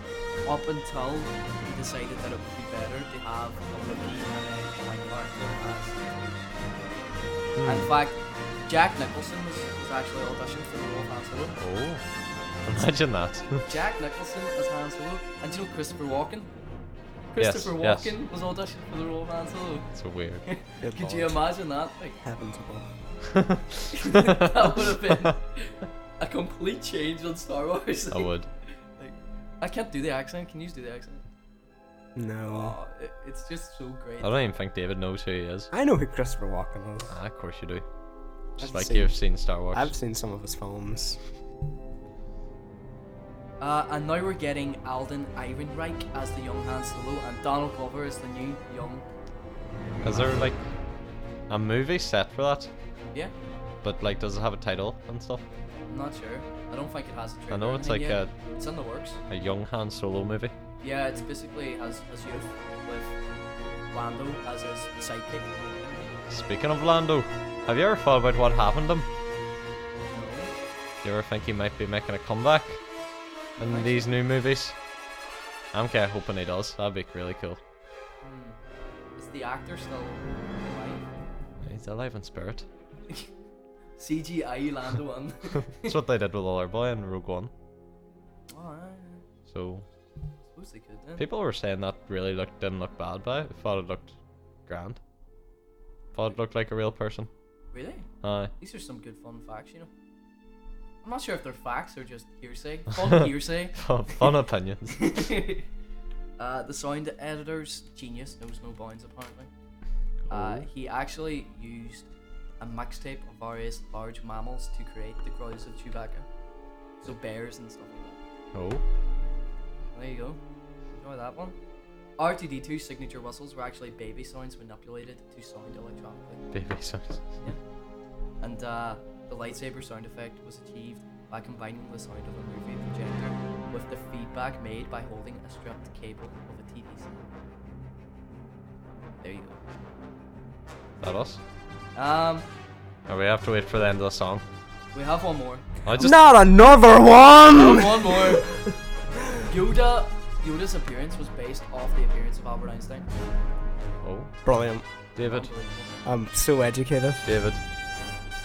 [SPEAKER 2] up until he decided that it would be better to have a woman and a white character as. In fact, Jack Nicholson was, was actually auditioned for the role of Han Solo.
[SPEAKER 4] Oh, imagine that.
[SPEAKER 2] Jack Nicholson as Han Solo, and do you know Christopher Walken? Christopher
[SPEAKER 4] yes.
[SPEAKER 2] Walken was auditioned for the role of Han Solo.
[SPEAKER 4] it's weird.
[SPEAKER 5] Good
[SPEAKER 2] Could you
[SPEAKER 5] Lord.
[SPEAKER 2] imagine that? Like,
[SPEAKER 5] Heavens above.
[SPEAKER 2] that would have been a complete change on Star Wars.
[SPEAKER 4] I would.
[SPEAKER 2] I can't do the accent. Can you do the accent?
[SPEAKER 5] No.
[SPEAKER 2] Oh, it, it's just so great.
[SPEAKER 4] I don't even think David knows who he is.
[SPEAKER 5] I know who Christopher Walken is.
[SPEAKER 4] Ah, of course you do. Just
[SPEAKER 5] I've
[SPEAKER 4] like
[SPEAKER 5] seen-
[SPEAKER 4] you've seen Star Wars.
[SPEAKER 5] I've seen some of his films.
[SPEAKER 2] Uh, and now we're getting Alden Ehrenreich as the young Han Solo, and Donald Glover as the new young.
[SPEAKER 4] Is there like a movie set for that?
[SPEAKER 2] Yeah,
[SPEAKER 4] But like, does it have a title and stuff?
[SPEAKER 2] I'm not sure. I don't think it has a trailer.
[SPEAKER 4] I know
[SPEAKER 2] or
[SPEAKER 4] it's like
[SPEAKER 2] anything
[SPEAKER 4] a,
[SPEAKER 2] yet. It's in the works.
[SPEAKER 4] a young Han Solo movie.
[SPEAKER 2] Yeah, it's basically has as youth with Lando as his sidekick.
[SPEAKER 4] Speaking of Lando, have you ever thought about what happened to him?
[SPEAKER 2] No.
[SPEAKER 4] Do you ever think he might be making a comeback in these new movies? I'm kind of hoping he does. That'd be really cool.
[SPEAKER 2] Hmm. Is the actor still alive?
[SPEAKER 4] He's alive in spirit.
[SPEAKER 2] CGI Lando on.
[SPEAKER 4] That's what they did with Older Boy and Rogue One.
[SPEAKER 2] Alright,
[SPEAKER 4] So
[SPEAKER 2] suppose they could then.
[SPEAKER 4] people were saying that really looked didn't look bad, but I thought it looked grand. Thought it looked like a real person.
[SPEAKER 2] Really?
[SPEAKER 4] Aye.
[SPEAKER 2] These are some good fun facts, you know. I'm not sure if they're facts or just hearsay. Fun hearsay.
[SPEAKER 4] Fun, fun opinions.
[SPEAKER 2] uh, the sound editor's genius knows no bounds, apparently. Uh, he actually used a mixtape of various large mammals to create the cries of Chewbacca. So bears and stuff like
[SPEAKER 4] Oh,
[SPEAKER 2] that. There you go. Enjoy that one. R2D2's signature whistles were actually baby sounds manipulated to sound electronically.
[SPEAKER 4] baby sounds.
[SPEAKER 2] and uh, the lightsaber sound effect was achieved by combining the sound of a movie projector with the feedback made by holding a strapped cable of a TV set. There you
[SPEAKER 4] That us?
[SPEAKER 2] go. Um,
[SPEAKER 4] Or we have to wait for the end of the song.
[SPEAKER 2] we have one more.
[SPEAKER 4] I just
[SPEAKER 5] Not another one!
[SPEAKER 2] one more. Yoda. Yoda's appearance was based off the appearance of Albert Einstein.
[SPEAKER 4] Oh,
[SPEAKER 5] Brilliant.
[SPEAKER 4] David,
[SPEAKER 5] I'm so educated.
[SPEAKER 4] David,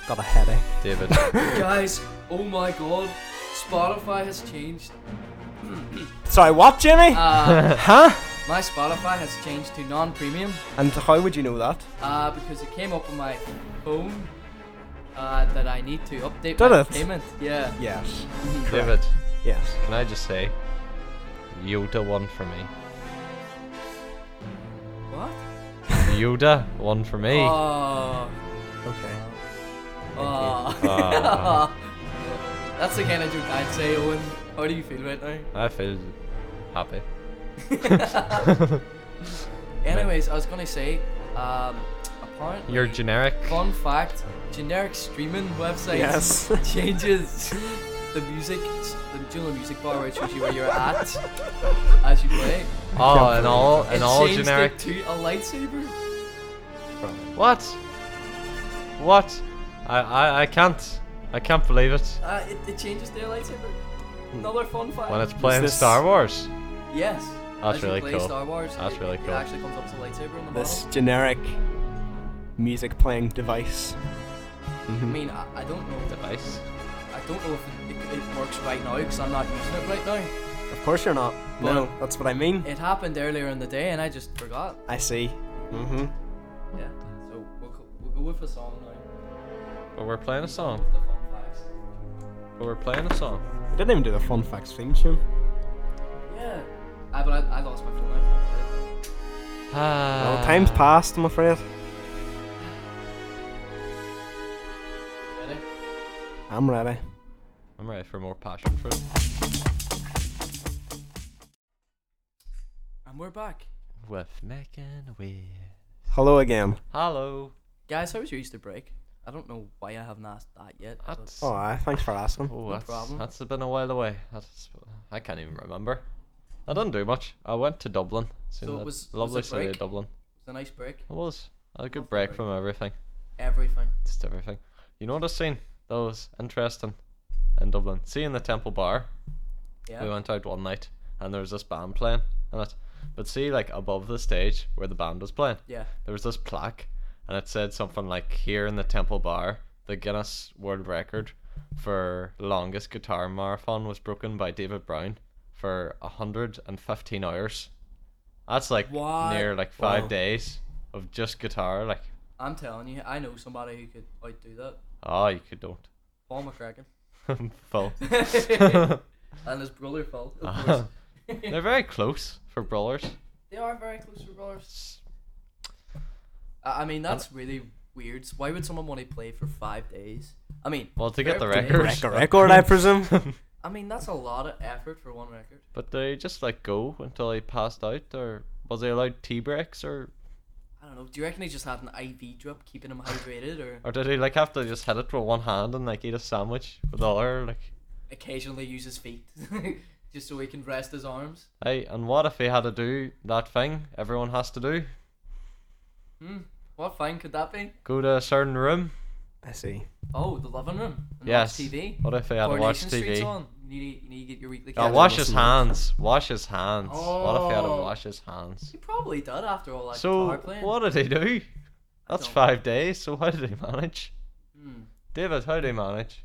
[SPEAKER 5] Got a headache.
[SPEAKER 4] David.
[SPEAKER 2] Guys, oh my god, Spotify has changed.
[SPEAKER 5] Sorry, what, Jimmy?
[SPEAKER 2] Uh,
[SPEAKER 5] huh?
[SPEAKER 2] my Spotify has changed to non-premium.
[SPEAKER 5] And how would you know that?
[SPEAKER 2] Uh, because it came up on my phone uh, that I need to update
[SPEAKER 5] Did
[SPEAKER 2] my
[SPEAKER 5] it?
[SPEAKER 2] payment. Yeah.
[SPEAKER 5] Yes.
[SPEAKER 4] David,
[SPEAKER 5] Yes.
[SPEAKER 4] can I just say, Yoda one for me.
[SPEAKER 2] What?
[SPEAKER 4] Yoda one for me.
[SPEAKER 2] Oh.
[SPEAKER 5] Okay.
[SPEAKER 4] Ah,
[SPEAKER 2] Oh. That's the kind of joke I'd say, Owen. How do you feel right now?
[SPEAKER 4] I feel happy.
[SPEAKER 2] Anyways, I was gonna say, um, apparently.
[SPEAKER 4] You're generic.
[SPEAKER 2] Fun fact: generic streaming websites
[SPEAKER 5] Yes.
[SPEAKER 2] changes the music, the general music bar where it shows you where you're at as you play.
[SPEAKER 4] Oh, and all and
[SPEAKER 2] it
[SPEAKER 4] all
[SPEAKER 2] changed
[SPEAKER 4] generic.
[SPEAKER 2] It to a lightsaber.
[SPEAKER 4] What? What? I, I I can't I can't believe it.
[SPEAKER 2] Uh, it, it changes their lightsaber.
[SPEAKER 4] Hmm.
[SPEAKER 2] Another fun fact.
[SPEAKER 4] When it's playing
[SPEAKER 5] this-
[SPEAKER 4] Star Wars.
[SPEAKER 2] yes.
[SPEAKER 4] That's
[SPEAKER 2] As you
[SPEAKER 4] really
[SPEAKER 2] play
[SPEAKER 4] cool.
[SPEAKER 2] Star Wars,
[SPEAKER 4] That's
[SPEAKER 2] it,
[SPEAKER 4] really
[SPEAKER 2] it
[SPEAKER 4] cool.
[SPEAKER 2] actually comes up as a lightsaber in the
[SPEAKER 5] This
[SPEAKER 2] model.
[SPEAKER 5] generic music playing device.
[SPEAKER 2] I mean, I, I don't know.
[SPEAKER 4] Device.
[SPEAKER 2] I don't know if it, it, it works right now because I'm not using it right now.
[SPEAKER 5] Of course you're not. No, that's what I mean.
[SPEAKER 2] It happened earlier in the day and I just forgot.
[SPEAKER 5] I see. Mm-hmm.
[SPEAKER 2] Yeah. So we'll, go- we'll go with a song now.
[SPEAKER 4] But we're playing a song.
[SPEAKER 2] With the fun facts.
[SPEAKER 4] But we're playing a song.
[SPEAKER 5] We didn't even do the fun facts theme tune.
[SPEAKER 2] Yeah. I, but I, I lost my phone. I can't play it.
[SPEAKER 4] Ah.
[SPEAKER 5] Well, time's passed, I'm afraid.
[SPEAKER 2] Ready?
[SPEAKER 5] I'm ready.
[SPEAKER 4] I'm ready for more passion fruit.
[SPEAKER 2] And we're back.
[SPEAKER 4] With making we.
[SPEAKER 5] Hello again.
[SPEAKER 4] Hello.
[SPEAKER 2] Guys, how was your Easter break? I don't know why I haven't asked that yet. but-
[SPEAKER 4] That's.
[SPEAKER 5] Oh, aye, thanks for asking.
[SPEAKER 4] Oh,
[SPEAKER 2] No
[SPEAKER 4] that's,
[SPEAKER 2] problem.
[SPEAKER 4] that's been a while away. That's, I can't even remember. I didn't do much. I went to Dublin. Seen
[SPEAKER 2] So it
[SPEAKER 4] the
[SPEAKER 2] was- was
[SPEAKER 4] lovely
[SPEAKER 2] it
[SPEAKER 4] city of
[SPEAKER 2] break?
[SPEAKER 4] Dublin.
[SPEAKER 2] It was a nice break.
[SPEAKER 4] It was. I had a
[SPEAKER 2] Lovely
[SPEAKER 4] good break
[SPEAKER 2] break.
[SPEAKER 4] from everything.
[SPEAKER 2] Everything.
[SPEAKER 4] Just everything. You know what I've seen? That was interesting in Dublin. Seeing the Temple Bar.
[SPEAKER 2] Yeah.
[SPEAKER 4] We went out one night and there was this band playing and it. But see, like above the stage where the band was playing,
[SPEAKER 2] Yeah.
[SPEAKER 4] there was this plaque and it said something like here in the temple bar the guinness world record for longest guitar marathon was broken by david brown for 115 hours that's like
[SPEAKER 2] What?
[SPEAKER 4] near like five
[SPEAKER 5] Wow.
[SPEAKER 4] days of just guitar like
[SPEAKER 2] I'm telling you, I know somebody who could outdo that.
[SPEAKER 4] oh you could don't
[SPEAKER 2] Paul McCracken.
[SPEAKER 4] Phil.
[SPEAKER 2] and his brother Phil. Of course.
[SPEAKER 4] they're very close for brawlers
[SPEAKER 2] They are very close for brothers.
[SPEAKER 4] It's-
[SPEAKER 2] I I mean, that's really weird. So Why would someone want to play for five days? I mean,
[SPEAKER 4] well to get the
[SPEAKER 2] Fair play.
[SPEAKER 4] record
[SPEAKER 5] Break a record, I presume.
[SPEAKER 2] I mean that's a lot of effort for one record.
[SPEAKER 4] but they just like go until he passed out or was they allowed tea breaks or
[SPEAKER 2] I don't know. Do you reckon he just had an IV drip keeping him hydrated, or
[SPEAKER 4] Or did he like have to just hit it with one hand and like eat a sandwich with the other? Like,
[SPEAKER 2] occasionally use his feet just so he can rest his arms?
[SPEAKER 4] hey, and what if he had to do that thing everyone has to do?
[SPEAKER 2] Hmm. What fine could that be?
[SPEAKER 4] Go to a certain room.
[SPEAKER 5] I see.
[SPEAKER 2] Oh, the living room. And
[SPEAKER 4] yes.
[SPEAKER 2] Watch TV.
[SPEAKER 4] What if he had to watch
[SPEAKER 2] Coronation Street's
[SPEAKER 4] TV?
[SPEAKER 2] on. You need, you need to get your weekly.
[SPEAKER 4] Yeah,
[SPEAKER 2] catch-up.
[SPEAKER 4] wash his
[SPEAKER 5] listen.
[SPEAKER 4] hands. Wash his hands. What if he had to
[SPEAKER 2] Oh.
[SPEAKER 4] wash his hands?
[SPEAKER 2] He probably did after all that
[SPEAKER 4] So
[SPEAKER 2] guitar playing.
[SPEAKER 4] what did he do? That's
[SPEAKER 2] don't-
[SPEAKER 4] five days. So how did he manage?
[SPEAKER 2] Hmm.
[SPEAKER 4] David, how did he manage?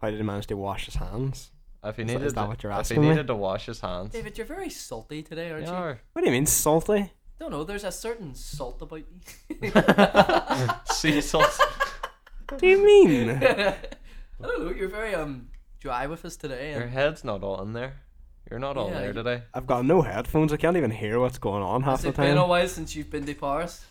[SPEAKER 5] How did he manage to wash his hands?
[SPEAKER 4] If he
[SPEAKER 5] Is that- is
[SPEAKER 4] needed,
[SPEAKER 5] that
[SPEAKER 4] to-
[SPEAKER 5] what you're
[SPEAKER 4] if he
[SPEAKER 5] asking me?
[SPEAKER 4] needed to wash his hands,
[SPEAKER 2] David, you're very salty today, aren't you?
[SPEAKER 4] yeah,
[SPEAKER 5] What do you mean, salty?
[SPEAKER 2] Don't know. There's a certain salt about you.
[SPEAKER 4] sea salt.
[SPEAKER 5] What do you mean?
[SPEAKER 2] I don't know. You're very um dry with us today.
[SPEAKER 4] Your
[SPEAKER 2] And
[SPEAKER 4] head's not all in there. You're not all
[SPEAKER 2] Yeah,
[SPEAKER 4] there
[SPEAKER 2] you-
[SPEAKER 4] today.
[SPEAKER 5] I've got no headphones. I can't even hear what's going on half
[SPEAKER 2] has
[SPEAKER 5] the
[SPEAKER 2] it been a
[SPEAKER 5] time.
[SPEAKER 2] while since you've been to Paris?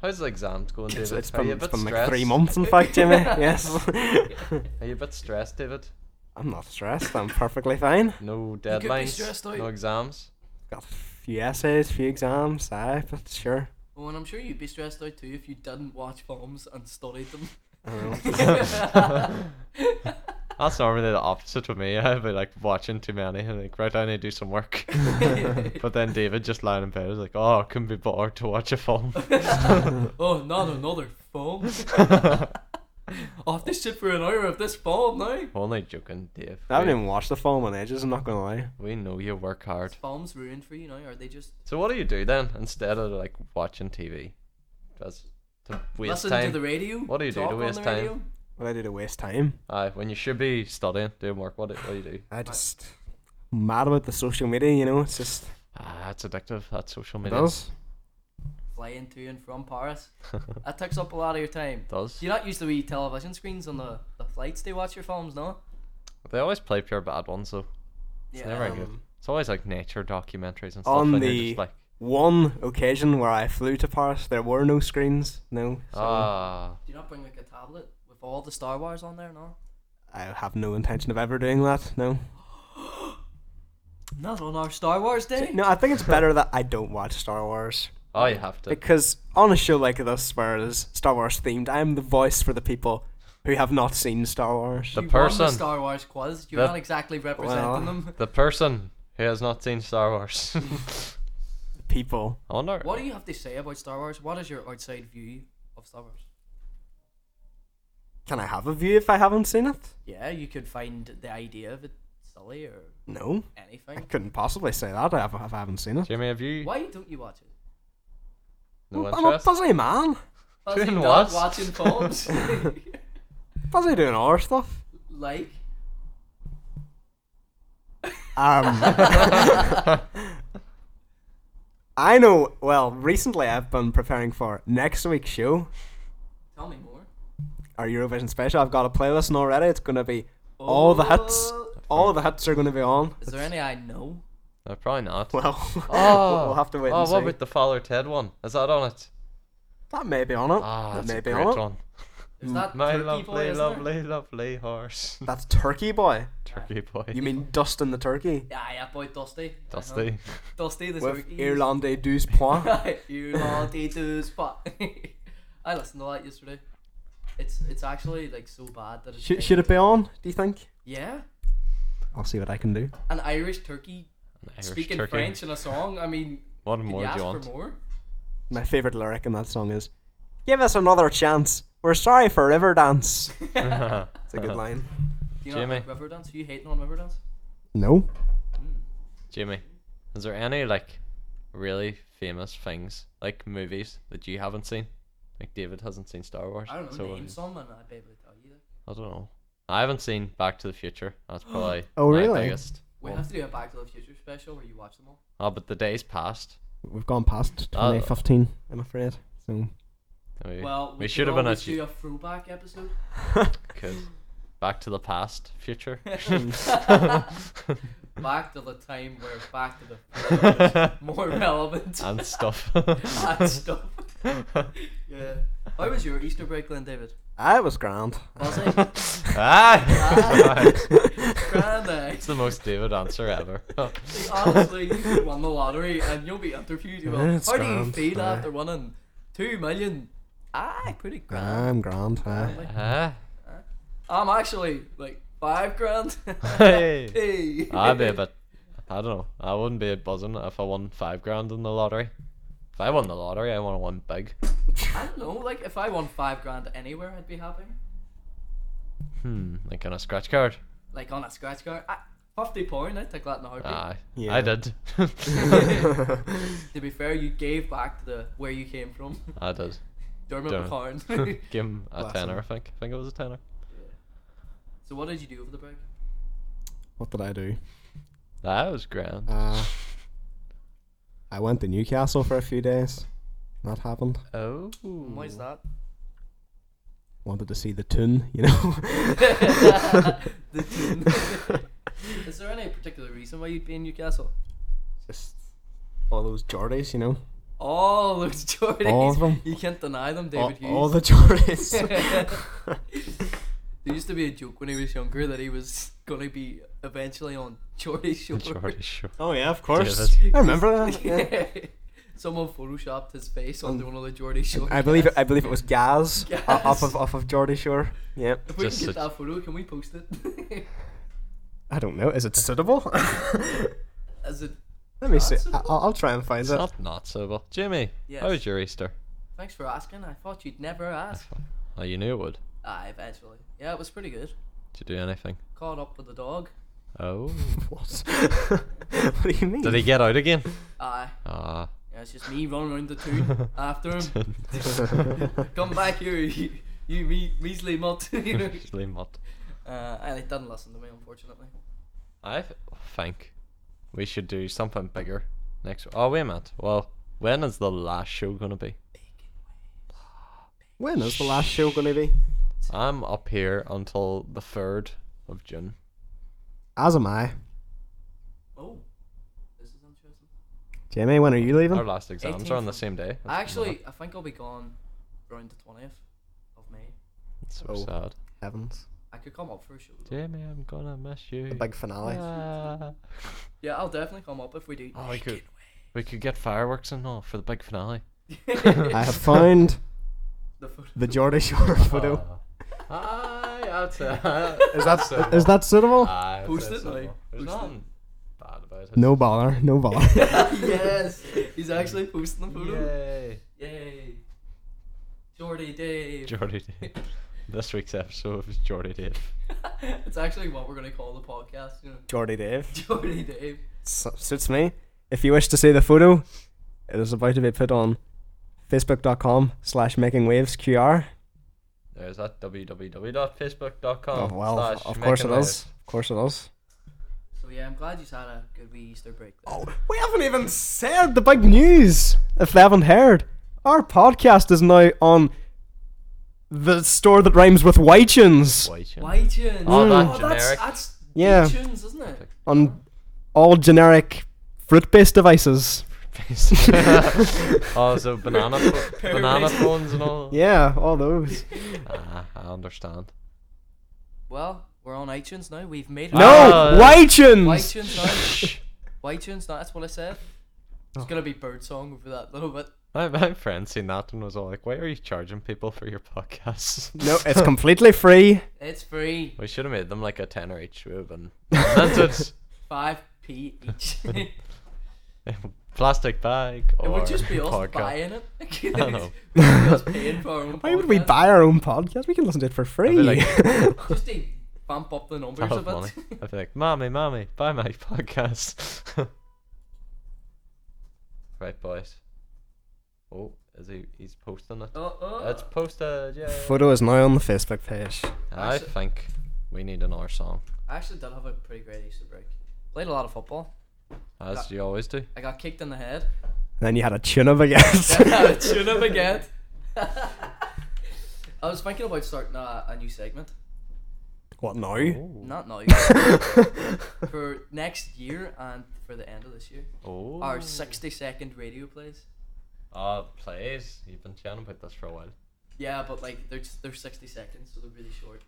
[SPEAKER 4] How's the exams going, David?
[SPEAKER 5] It's, it's
[SPEAKER 4] Are you
[SPEAKER 5] been,
[SPEAKER 4] a
[SPEAKER 5] it's
[SPEAKER 4] bit
[SPEAKER 5] been like
[SPEAKER 4] stressed?
[SPEAKER 5] three months, in fact, Jimmy. yes.
[SPEAKER 4] Are you a bit stressed, David?
[SPEAKER 5] I'm not stressed. I'm perfectly fine.
[SPEAKER 4] No
[SPEAKER 2] be
[SPEAKER 4] deadlines,
[SPEAKER 2] stressed out.
[SPEAKER 4] no exams.
[SPEAKER 5] Got a few essays, few exams. Aye, but sure.
[SPEAKER 2] Oh, and I'm sure you'd be stressed out too if you didn't watch films and studied them.
[SPEAKER 5] I don't know.
[SPEAKER 4] That's normally the opposite with me. I'd be like watching too many and like right down and do some work. but then David just lying in bed is like, oh, I couldn't be bothered to watch a film.
[SPEAKER 2] oh, not another film. Off this shit for an hour of this film now.
[SPEAKER 4] Only joking, Dave.
[SPEAKER 5] I haven't
[SPEAKER 4] We-
[SPEAKER 5] even watched the film on Edges. I'm not gonna lie.
[SPEAKER 4] we know you work hard.
[SPEAKER 2] This film's ruined for you now. Are they just
[SPEAKER 4] So what do you do then instead of like watching TV? Just to waste
[SPEAKER 2] listen
[SPEAKER 4] time.
[SPEAKER 2] to the radio?
[SPEAKER 4] What do you do
[SPEAKER 2] talk
[SPEAKER 4] to
[SPEAKER 2] on
[SPEAKER 4] waste
[SPEAKER 2] the
[SPEAKER 4] time?
[SPEAKER 2] radio?
[SPEAKER 5] What I do to waste time?
[SPEAKER 4] Aye, when you should be studying, doing work, what do, what do you do?
[SPEAKER 5] I just mad about the social media. You know, it's just
[SPEAKER 4] Ah, that's addictive. That's social
[SPEAKER 5] it
[SPEAKER 4] media.
[SPEAKER 5] does.
[SPEAKER 2] Flying to and from Paris. that takes up a lot of your time.
[SPEAKER 4] Does.
[SPEAKER 2] Do you not use the wee television screens on the, the flights to watch your films, no?
[SPEAKER 4] They always play pure bad ones though.
[SPEAKER 2] Yeah. um,
[SPEAKER 4] It's never good. It's always like nature documentaries and stuff.
[SPEAKER 5] Um, On
[SPEAKER 4] and
[SPEAKER 5] the-
[SPEAKER 4] you're just like,
[SPEAKER 5] One occasion where I flew to Paris, there were no screens. No, so
[SPEAKER 4] ah,
[SPEAKER 2] Do you not bring like a tablet with all the Star Wars on there, no?
[SPEAKER 5] I have no intention of ever doing that. No,
[SPEAKER 2] Not on our Star Wars day.
[SPEAKER 5] no. I think it's better that I don't watch Star Wars.
[SPEAKER 4] oh, you have to.
[SPEAKER 5] Because on a show like this, where it is Star Wars themed, I am the voice for the people who have not seen Star Wars.
[SPEAKER 4] The
[SPEAKER 2] you won the
[SPEAKER 4] person-
[SPEAKER 2] Star Wars quiz. You're
[SPEAKER 4] the-
[SPEAKER 2] not exactly representing
[SPEAKER 5] Well.
[SPEAKER 2] them.
[SPEAKER 4] The person who has not seen Star Wars.
[SPEAKER 5] People.
[SPEAKER 4] I wonder.
[SPEAKER 2] What do you have to say about Star Wars? What is your outside view of Star Wars?
[SPEAKER 5] Can I have a view if I haven't seen it?
[SPEAKER 2] Yeah, you could find the idea of it silly or
[SPEAKER 5] No. I
[SPEAKER 2] anything.
[SPEAKER 5] couldn't possibly say that if I haven't seen it.
[SPEAKER 4] Jimmy, have you
[SPEAKER 2] Why don't you watch it?
[SPEAKER 4] no
[SPEAKER 5] I'm a
[SPEAKER 4] interest?
[SPEAKER 5] busy man.
[SPEAKER 2] Because
[SPEAKER 4] Doing
[SPEAKER 2] you're not
[SPEAKER 4] what?
[SPEAKER 2] watching films.
[SPEAKER 5] Busy doing other stuff.
[SPEAKER 2] like
[SPEAKER 5] Um, I know. Well, recently I've been preparing for next week's show.
[SPEAKER 2] Tell me more.
[SPEAKER 5] All our Eurovision special. I've got a playlist already. It's gonna be all the hits.
[SPEAKER 4] Oh.
[SPEAKER 5] All the hits are gonna be on.
[SPEAKER 2] Oh. Is there any I know?
[SPEAKER 4] No, probably not.
[SPEAKER 5] Well,
[SPEAKER 4] Oh,
[SPEAKER 5] we'll have to wait
[SPEAKER 4] Oh,
[SPEAKER 5] and see.
[SPEAKER 4] what about the Father Ted one? Is that on it?
[SPEAKER 5] that may be on it.
[SPEAKER 4] Ah,
[SPEAKER 5] that
[SPEAKER 4] that's
[SPEAKER 5] may
[SPEAKER 4] a
[SPEAKER 5] be
[SPEAKER 4] great
[SPEAKER 5] on it.
[SPEAKER 4] one.
[SPEAKER 2] Is that
[SPEAKER 4] Hmm. My
[SPEAKER 2] Turkey
[SPEAKER 4] lovely,
[SPEAKER 2] Boy, isn't there?
[SPEAKER 4] lovely, lovely horse.
[SPEAKER 5] That's Turkey Boy.
[SPEAKER 4] Turkey boy.
[SPEAKER 5] You mean Dustin the Turkey?
[SPEAKER 2] Yeah, yeah, boy, Dusty.
[SPEAKER 4] Dusty?
[SPEAKER 2] Uh-huh. Dusty, this
[SPEAKER 5] With
[SPEAKER 2] week.
[SPEAKER 5] Irlandais douze points.
[SPEAKER 2] you naughty two spot. I listened to that yesterday. It's it's actually like so bad that it's
[SPEAKER 5] Should, should it be on? Do you think?
[SPEAKER 2] Yeah,
[SPEAKER 5] I'll see what I can do.
[SPEAKER 2] an Irish turkey
[SPEAKER 4] An Irish
[SPEAKER 2] speaking
[SPEAKER 4] turkey.
[SPEAKER 2] French in a song. I mean,
[SPEAKER 4] What
[SPEAKER 2] could
[SPEAKER 4] more
[SPEAKER 2] you
[SPEAKER 4] do
[SPEAKER 2] ask
[SPEAKER 4] you want?
[SPEAKER 2] for more?
[SPEAKER 5] My favorite lyric in that song is, "Give us another chance. We're sorry for Riverdance." It's a good line.
[SPEAKER 2] Do you not like
[SPEAKER 4] Jimmy.
[SPEAKER 2] Riverdance? Are you hating on Riverdance?
[SPEAKER 5] No.
[SPEAKER 4] Jimmy, is there any like really famous things like movies that you haven't seen? Like David hasn't seen Star Wars.
[SPEAKER 2] I don't know.
[SPEAKER 4] so
[SPEAKER 2] name
[SPEAKER 4] uh,
[SPEAKER 2] some, and I'd be able to tell you. that.
[SPEAKER 4] I don't know. I haven't seen Back to the Future. That's probably
[SPEAKER 5] Oh,
[SPEAKER 4] my
[SPEAKER 5] really?
[SPEAKER 4] biggest.
[SPEAKER 2] We
[SPEAKER 4] one.
[SPEAKER 2] have to do a Back to the Future special where you watch them all.
[SPEAKER 4] Oh, but the days passed.
[SPEAKER 5] We've gone past
[SPEAKER 4] Uh,
[SPEAKER 5] 2015. I'm afraid. So
[SPEAKER 4] We,
[SPEAKER 2] Well, we,
[SPEAKER 4] should
[SPEAKER 2] could
[SPEAKER 4] have been a
[SPEAKER 2] always do a throwback episode.
[SPEAKER 4] could. Back to the past, future.
[SPEAKER 2] Back to the time where Back to the Future was more relevant
[SPEAKER 4] and stuff.
[SPEAKER 2] and stuff. yeah. How was your Easter break, Glenn David?
[SPEAKER 5] I was grand.
[SPEAKER 2] Was it?
[SPEAKER 4] ah!
[SPEAKER 2] Grand, eh?
[SPEAKER 4] it's the most David answer ever.
[SPEAKER 2] Honestly, you could won the lottery and you'll be interviewed. You will.
[SPEAKER 5] It's
[SPEAKER 2] How do you
[SPEAKER 5] grand,
[SPEAKER 2] feel
[SPEAKER 5] aye.
[SPEAKER 2] after winning two million? Aye, pretty grand.
[SPEAKER 5] I'm grand. Uh, aye.
[SPEAKER 2] Like,
[SPEAKER 4] ah,
[SPEAKER 2] I'm actually like five grand.
[SPEAKER 4] Hey.
[SPEAKER 2] hey.
[SPEAKER 4] I'd be a bit. I don't know. I wouldn't be buzzing if I won five grand in the lottery. If I won the lottery, I want to win big.
[SPEAKER 2] I don't know. Like if I won five grand anywhere, I'd be happy.
[SPEAKER 4] Hmm, like on a scratch card.
[SPEAKER 2] Like on a scratch card, I, fifty pound. I'd take that in a heartbeat.
[SPEAKER 5] Ah.
[SPEAKER 4] Aye,
[SPEAKER 5] Yeah.
[SPEAKER 4] I did.
[SPEAKER 2] To be fair, you gave back to the where you came from,
[SPEAKER 4] I did.
[SPEAKER 2] Dermot
[SPEAKER 4] Dermot.
[SPEAKER 2] McCarn.
[SPEAKER 4] Give him a
[SPEAKER 5] Bless
[SPEAKER 4] tenner,
[SPEAKER 5] him.
[SPEAKER 4] I think. I think it was a tenner.
[SPEAKER 2] so what did you do over the break?
[SPEAKER 5] What did I do?
[SPEAKER 4] That was grand.
[SPEAKER 5] Uh, I went to Newcastle for a few days. That happened.
[SPEAKER 4] oh.
[SPEAKER 2] Why is that?
[SPEAKER 5] Wanted to see the tune, you know.
[SPEAKER 2] The tune. Is there any particular reason why you'd be in Newcastle?
[SPEAKER 5] Just all those Jordies, you know.
[SPEAKER 2] All those Jordies.
[SPEAKER 5] All of them.
[SPEAKER 2] You can't deny them,
[SPEAKER 5] All,
[SPEAKER 2] David Hughes.
[SPEAKER 5] all the Jordies.
[SPEAKER 2] There used to be a joke when he was younger that he was going to be eventually on Jordy Shore.
[SPEAKER 4] Jordy Shore.
[SPEAKER 5] oh yeah, of
[SPEAKER 4] course.
[SPEAKER 5] I remember that. yeah.
[SPEAKER 2] Someone photoshopped his face onto one of the Jordy Shore.
[SPEAKER 5] Um, I believe it, I believe it was Gaz,
[SPEAKER 2] Gaz.
[SPEAKER 5] o- off of off of Geordie Shore. Yep.
[SPEAKER 2] If we can
[SPEAKER 4] Just
[SPEAKER 2] get
[SPEAKER 4] such-
[SPEAKER 2] that photo, can we post it?
[SPEAKER 5] I don't know. Is it suitable?
[SPEAKER 2] As it,
[SPEAKER 5] Let me
[SPEAKER 2] Not
[SPEAKER 5] see. I-
[SPEAKER 2] suitable?
[SPEAKER 5] I'll, I'll try and find
[SPEAKER 4] It's
[SPEAKER 5] it.
[SPEAKER 4] not not so well. Jimmy,
[SPEAKER 2] Yes.
[SPEAKER 4] how was your Easter?
[SPEAKER 2] thanks for asking. I thought you'd never ask.
[SPEAKER 4] Oh, you knew it would.
[SPEAKER 2] Ah, eventually. Yeah, it was pretty good.
[SPEAKER 4] Did you do anything?
[SPEAKER 2] Caught up with the dog.
[SPEAKER 4] Oh.
[SPEAKER 5] What? what do you mean?
[SPEAKER 4] Did he get out again?
[SPEAKER 2] Aye.
[SPEAKER 4] Ah.
[SPEAKER 2] Yeah, it's just me running around the tune after him. Come back here, you, you me, measly mutt. you know.
[SPEAKER 4] Actually not.
[SPEAKER 2] uh, and he didn't listen to me, unfortunately.
[SPEAKER 4] I th- think we should do something bigger next. Oh wait a minute. Well, when is the last show gonna be?
[SPEAKER 5] when is the last show going to be?
[SPEAKER 4] I'm up here until the third of June.
[SPEAKER 5] As am I.
[SPEAKER 2] Oh, this is interesting.
[SPEAKER 5] Jamie, when are you
[SPEAKER 4] Our
[SPEAKER 5] leaving?
[SPEAKER 4] last exams are on the same day. That's
[SPEAKER 2] Actually, I think I'll be gone around the 20th of May.
[SPEAKER 4] so
[SPEAKER 5] Oh.
[SPEAKER 4] sad.
[SPEAKER 5] Heavens.
[SPEAKER 2] I could come up for a show. though.
[SPEAKER 4] Jimmy, I'm gonna miss you.
[SPEAKER 5] The big finale.
[SPEAKER 4] Ah.
[SPEAKER 2] Yeah, I'll definitely come up if we do.
[SPEAKER 4] Oh, we could we could get fireworks and all for the big finale.
[SPEAKER 5] I have found
[SPEAKER 2] The photo.
[SPEAKER 5] the Geordie Shore photo.
[SPEAKER 4] Aye, Ah. that's uh,
[SPEAKER 5] Is that is that suitable?
[SPEAKER 4] Aye,
[SPEAKER 2] Post
[SPEAKER 4] Ah, that's
[SPEAKER 2] it, like,
[SPEAKER 4] all. There's
[SPEAKER 2] post it.
[SPEAKER 4] nothing bad about it.
[SPEAKER 5] No bother. No bother.
[SPEAKER 2] yes, he's actually posting the photo.
[SPEAKER 4] Yay.
[SPEAKER 2] Yay. Jordy Dave.
[SPEAKER 4] Jordy Dave. this week's episode is Jordy Dave.
[SPEAKER 2] it's actually what we're going to call the podcast, you know.
[SPEAKER 5] Geordie Dave.
[SPEAKER 2] Jordy Dave.
[SPEAKER 5] Su- suits me. If you wish to see the photo, it is about to be put on facebook.com slash making waves qr.
[SPEAKER 4] There's that www.facebook.com.
[SPEAKER 5] Oh, well,
[SPEAKER 4] slash
[SPEAKER 5] of course it
[SPEAKER 4] making
[SPEAKER 5] is. Of course it is.
[SPEAKER 2] So yeah, I'm glad you had a good wee Easter break.
[SPEAKER 4] Oh.
[SPEAKER 2] there.
[SPEAKER 5] We haven't even said the big news. If they haven't heard, our podcast is now on The store that rhymes with Wychins
[SPEAKER 4] White Chin.
[SPEAKER 2] Why tunes?
[SPEAKER 4] Oh, that
[SPEAKER 2] that's,
[SPEAKER 4] generic.
[SPEAKER 2] that's
[SPEAKER 5] Yeah.
[SPEAKER 2] tunes, isn't it?
[SPEAKER 5] on all generic fruit-based devices.
[SPEAKER 4] oh, so banana, pho- banana
[SPEAKER 2] Paraphrase.
[SPEAKER 4] phones and all.
[SPEAKER 5] Yeah, all those.
[SPEAKER 4] Ah, I understand.
[SPEAKER 2] Well, we're on iTunes now. We've made it.
[SPEAKER 5] No,
[SPEAKER 4] Ah.
[SPEAKER 2] Why
[SPEAKER 5] Wychins.
[SPEAKER 2] tunes now? Why tunes now? That's what I said.
[SPEAKER 4] Oh.
[SPEAKER 2] It's gonna be bird song over that little bit.
[SPEAKER 4] My, my friend seen that and was all like, "Why are you charging people for your podcasts?"
[SPEAKER 5] No, it's completely free.
[SPEAKER 2] It's free.
[SPEAKER 4] we should have made them like a tenner each, would and that's it.
[SPEAKER 2] Five p each. it
[SPEAKER 4] Plastic bag or
[SPEAKER 2] would just be us
[SPEAKER 4] podcast.
[SPEAKER 2] buying it.
[SPEAKER 4] I know.
[SPEAKER 2] We're just paying for our own
[SPEAKER 5] Why would we
[SPEAKER 2] podcast.
[SPEAKER 5] buy our own podcast? We can listen to it for free.
[SPEAKER 4] like,
[SPEAKER 2] Just to bump up the numbers
[SPEAKER 4] I
[SPEAKER 2] a
[SPEAKER 4] have money.
[SPEAKER 2] bit.
[SPEAKER 4] I'd be like, "Mommy, mommy, buy my podcast." right, boys. Oh, is he? He's posting it.
[SPEAKER 2] oh, oh.
[SPEAKER 4] It's posted. Yeah.
[SPEAKER 5] Photo is now on the Facebook page.
[SPEAKER 4] I
[SPEAKER 2] Actually-
[SPEAKER 4] think we need another song,
[SPEAKER 2] I actually did have a pretty great Easter break. Played a lot of football.
[SPEAKER 4] as you always do.
[SPEAKER 2] I got kicked in the head.
[SPEAKER 5] Then you had a tune-up, I guess.
[SPEAKER 2] Had a tune-up again. I was thinking about starting a, a new segment.
[SPEAKER 5] what now?
[SPEAKER 2] Not now. for next year and for the end of this year.
[SPEAKER 4] Oh.
[SPEAKER 2] Our 60 second radio plays.
[SPEAKER 4] Uh, plays. You've been chatting about this for a while.
[SPEAKER 2] Yeah, but like they're, just, they're 60 seconds, so they're really short.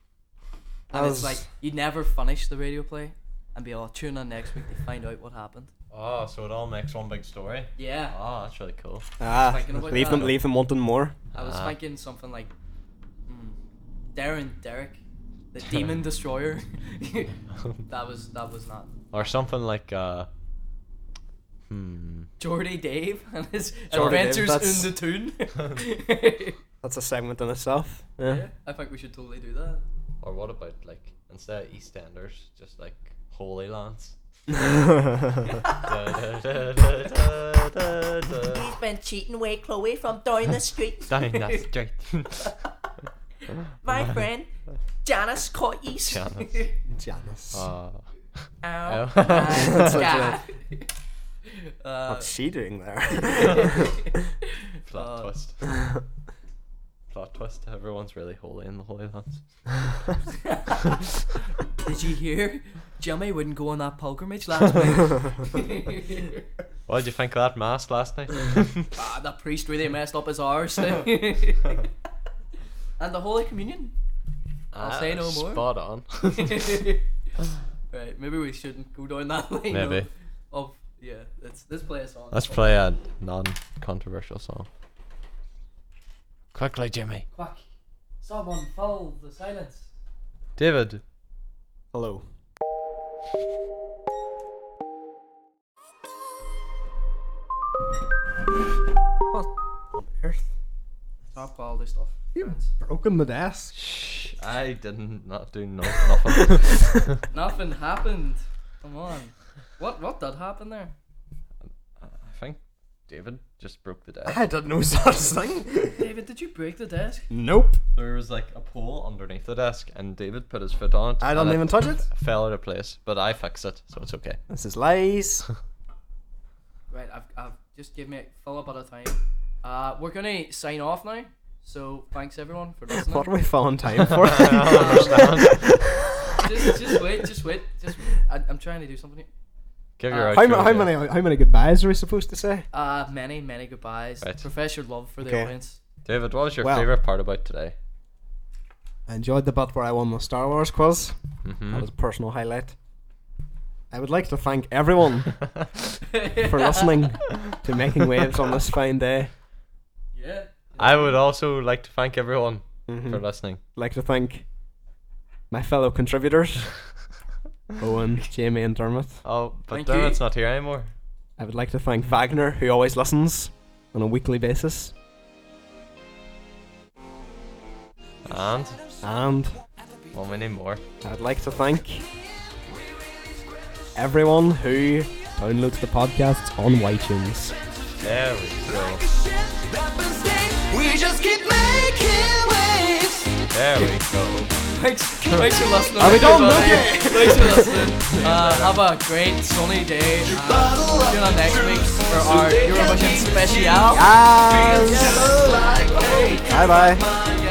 [SPEAKER 2] And
[SPEAKER 5] As-
[SPEAKER 2] it's like you never finish the radio play and be all tune in next week to find out what happened.
[SPEAKER 4] Oh, so it all makes one big story.
[SPEAKER 2] Yeah.
[SPEAKER 4] Oh, that's really cool.
[SPEAKER 5] Ah,
[SPEAKER 2] Thinking about
[SPEAKER 5] leave them,
[SPEAKER 2] that.
[SPEAKER 5] leave them wanting more.
[SPEAKER 2] I was
[SPEAKER 4] Ah.
[SPEAKER 2] thinking something like mm, Darren Derek, the Demon Destroyer. that was that was not
[SPEAKER 4] Or something like uh. Hmm.
[SPEAKER 2] Jordy Dave and his
[SPEAKER 5] Jordy Dave,
[SPEAKER 2] adventures
[SPEAKER 5] that's-
[SPEAKER 2] in the tune.
[SPEAKER 5] That's a segment in itself.
[SPEAKER 2] yeah, I think we should totally do that.
[SPEAKER 4] Or what about like instead of EastEnders, just like Holy Lands. Down
[SPEAKER 6] been cheating away Chloe from down the street.
[SPEAKER 4] that street.
[SPEAKER 6] My friend Janice caught you.
[SPEAKER 4] Janice.
[SPEAKER 5] Janice.
[SPEAKER 4] Uh,
[SPEAKER 6] Ow.
[SPEAKER 5] That's what
[SPEAKER 2] Yeah. Uh,
[SPEAKER 5] What's she doing there?
[SPEAKER 2] Oh,
[SPEAKER 4] plot
[SPEAKER 2] Uh,
[SPEAKER 4] twist. plot twist. Everyone's really holy in the Holy Lands.
[SPEAKER 2] did you hear? Jimmy wouldn't go on that pilgrimage last week.
[SPEAKER 4] What did you think of that mass last night?
[SPEAKER 2] ah, the priest really messed up his arse. and the Holy Communion. I'll say no more.
[SPEAKER 4] Spot on.
[SPEAKER 2] right, maybe we shouldn't go down that lane. of-
[SPEAKER 4] Maybe.
[SPEAKER 2] Of, yeah, let's let's play a song.
[SPEAKER 4] Let's play a non-controversial song. Quickly, Jimmy.
[SPEAKER 2] Quack. Someone foul the silence.
[SPEAKER 4] David.
[SPEAKER 5] Hello. What on earth?
[SPEAKER 2] Stop all this stuff. friends.
[SPEAKER 5] Broken the desk.
[SPEAKER 4] Shh. I didn't not do no, nothing.
[SPEAKER 2] Nothing happened. Come on. What what did happen there?
[SPEAKER 4] I think David just broke the desk.
[SPEAKER 5] I didn't know such thing.
[SPEAKER 2] David, did you break the desk?
[SPEAKER 5] Nope.
[SPEAKER 4] There was like a pole underneath the desk, and David put his foot on it.
[SPEAKER 5] I
[SPEAKER 4] and
[SPEAKER 5] don't
[SPEAKER 4] it
[SPEAKER 5] even touch it.
[SPEAKER 4] Fell out of place, but I fixed it, so it's okay.
[SPEAKER 5] This is lies.
[SPEAKER 2] Right, I've, I've just give me a full up at a time. Uh, we're gonna sign off now. So thanks everyone for listening.
[SPEAKER 5] What are we falling time for?
[SPEAKER 2] just, just wait, just wait, just. I, I'm trying to do something. Here.
[SPEAKER 4] Give your
[SPEAKER 2] Uh,
[SPEAKER 4] outro,
[SPEAKER 5] how, ma- how
[SPEAKER 4] David.
[SPEAKER 5] many how many goodbyes are we supposed to say?
[SPEAKER 2] Uh, many, many goodbyes.
[SPEAKER 4] Right.
[SPEAKER 2] Profess your love for the
[SPEAKER 5] Okay.
[SPEAKER 2] audience.
[SPEAKER 4] David, what was your
[SPEAKER 5] Well.
[SPEAKER 4] favorite part about today?
[SPEAKER 5] I enjoyed the bit where I won the Star Wars quiz.
[SPEAKER 4] Mm-hmm.
[SPEAKER 5] That was a personal highlight. I would like to thank everyone for listening to Making Waves on this fine day.
[SPEAKER 2] Yeah.
[SPEAKER 4] I would also like to thank everyone for
[SPEAKER 5] Mhm.
[SPEAKER 4] listening.
[SPEAKER 5] like to thank my fellow contributors, Owen, Jamie, and Dermot.
[SPEAKER 4] Oh, but
[SPEAKER 2] Thank
[SPEAKER 4] David's
[SPEAKER 2] you.
[SPEAKER 4] not here anymore.
[SPEAKER 5] I would like to thank Wagner, who always listens on a weekly basis.
[SPEAKER 4] And
[SPEAKER 5] And
[SPEAKER 4] well, we need more.
[SPEAKER 5] I'd like to thank everyone who downloads the podcasts on iTunes.
[SPEAKER 4] There we go.
[SPEAKER 7] We just keep making waves.
[SPEAKER 4] There we go.
[SPEAKER 2] Thanks, thanks for listening.
[SPEAKER 5] we done?
[SPEAKER 2] everybody. Thanks for listening. Uh, have a great sunny day. Uh, tune in next week for our Eurovision special.
[SPEAKER 5] Bye bye.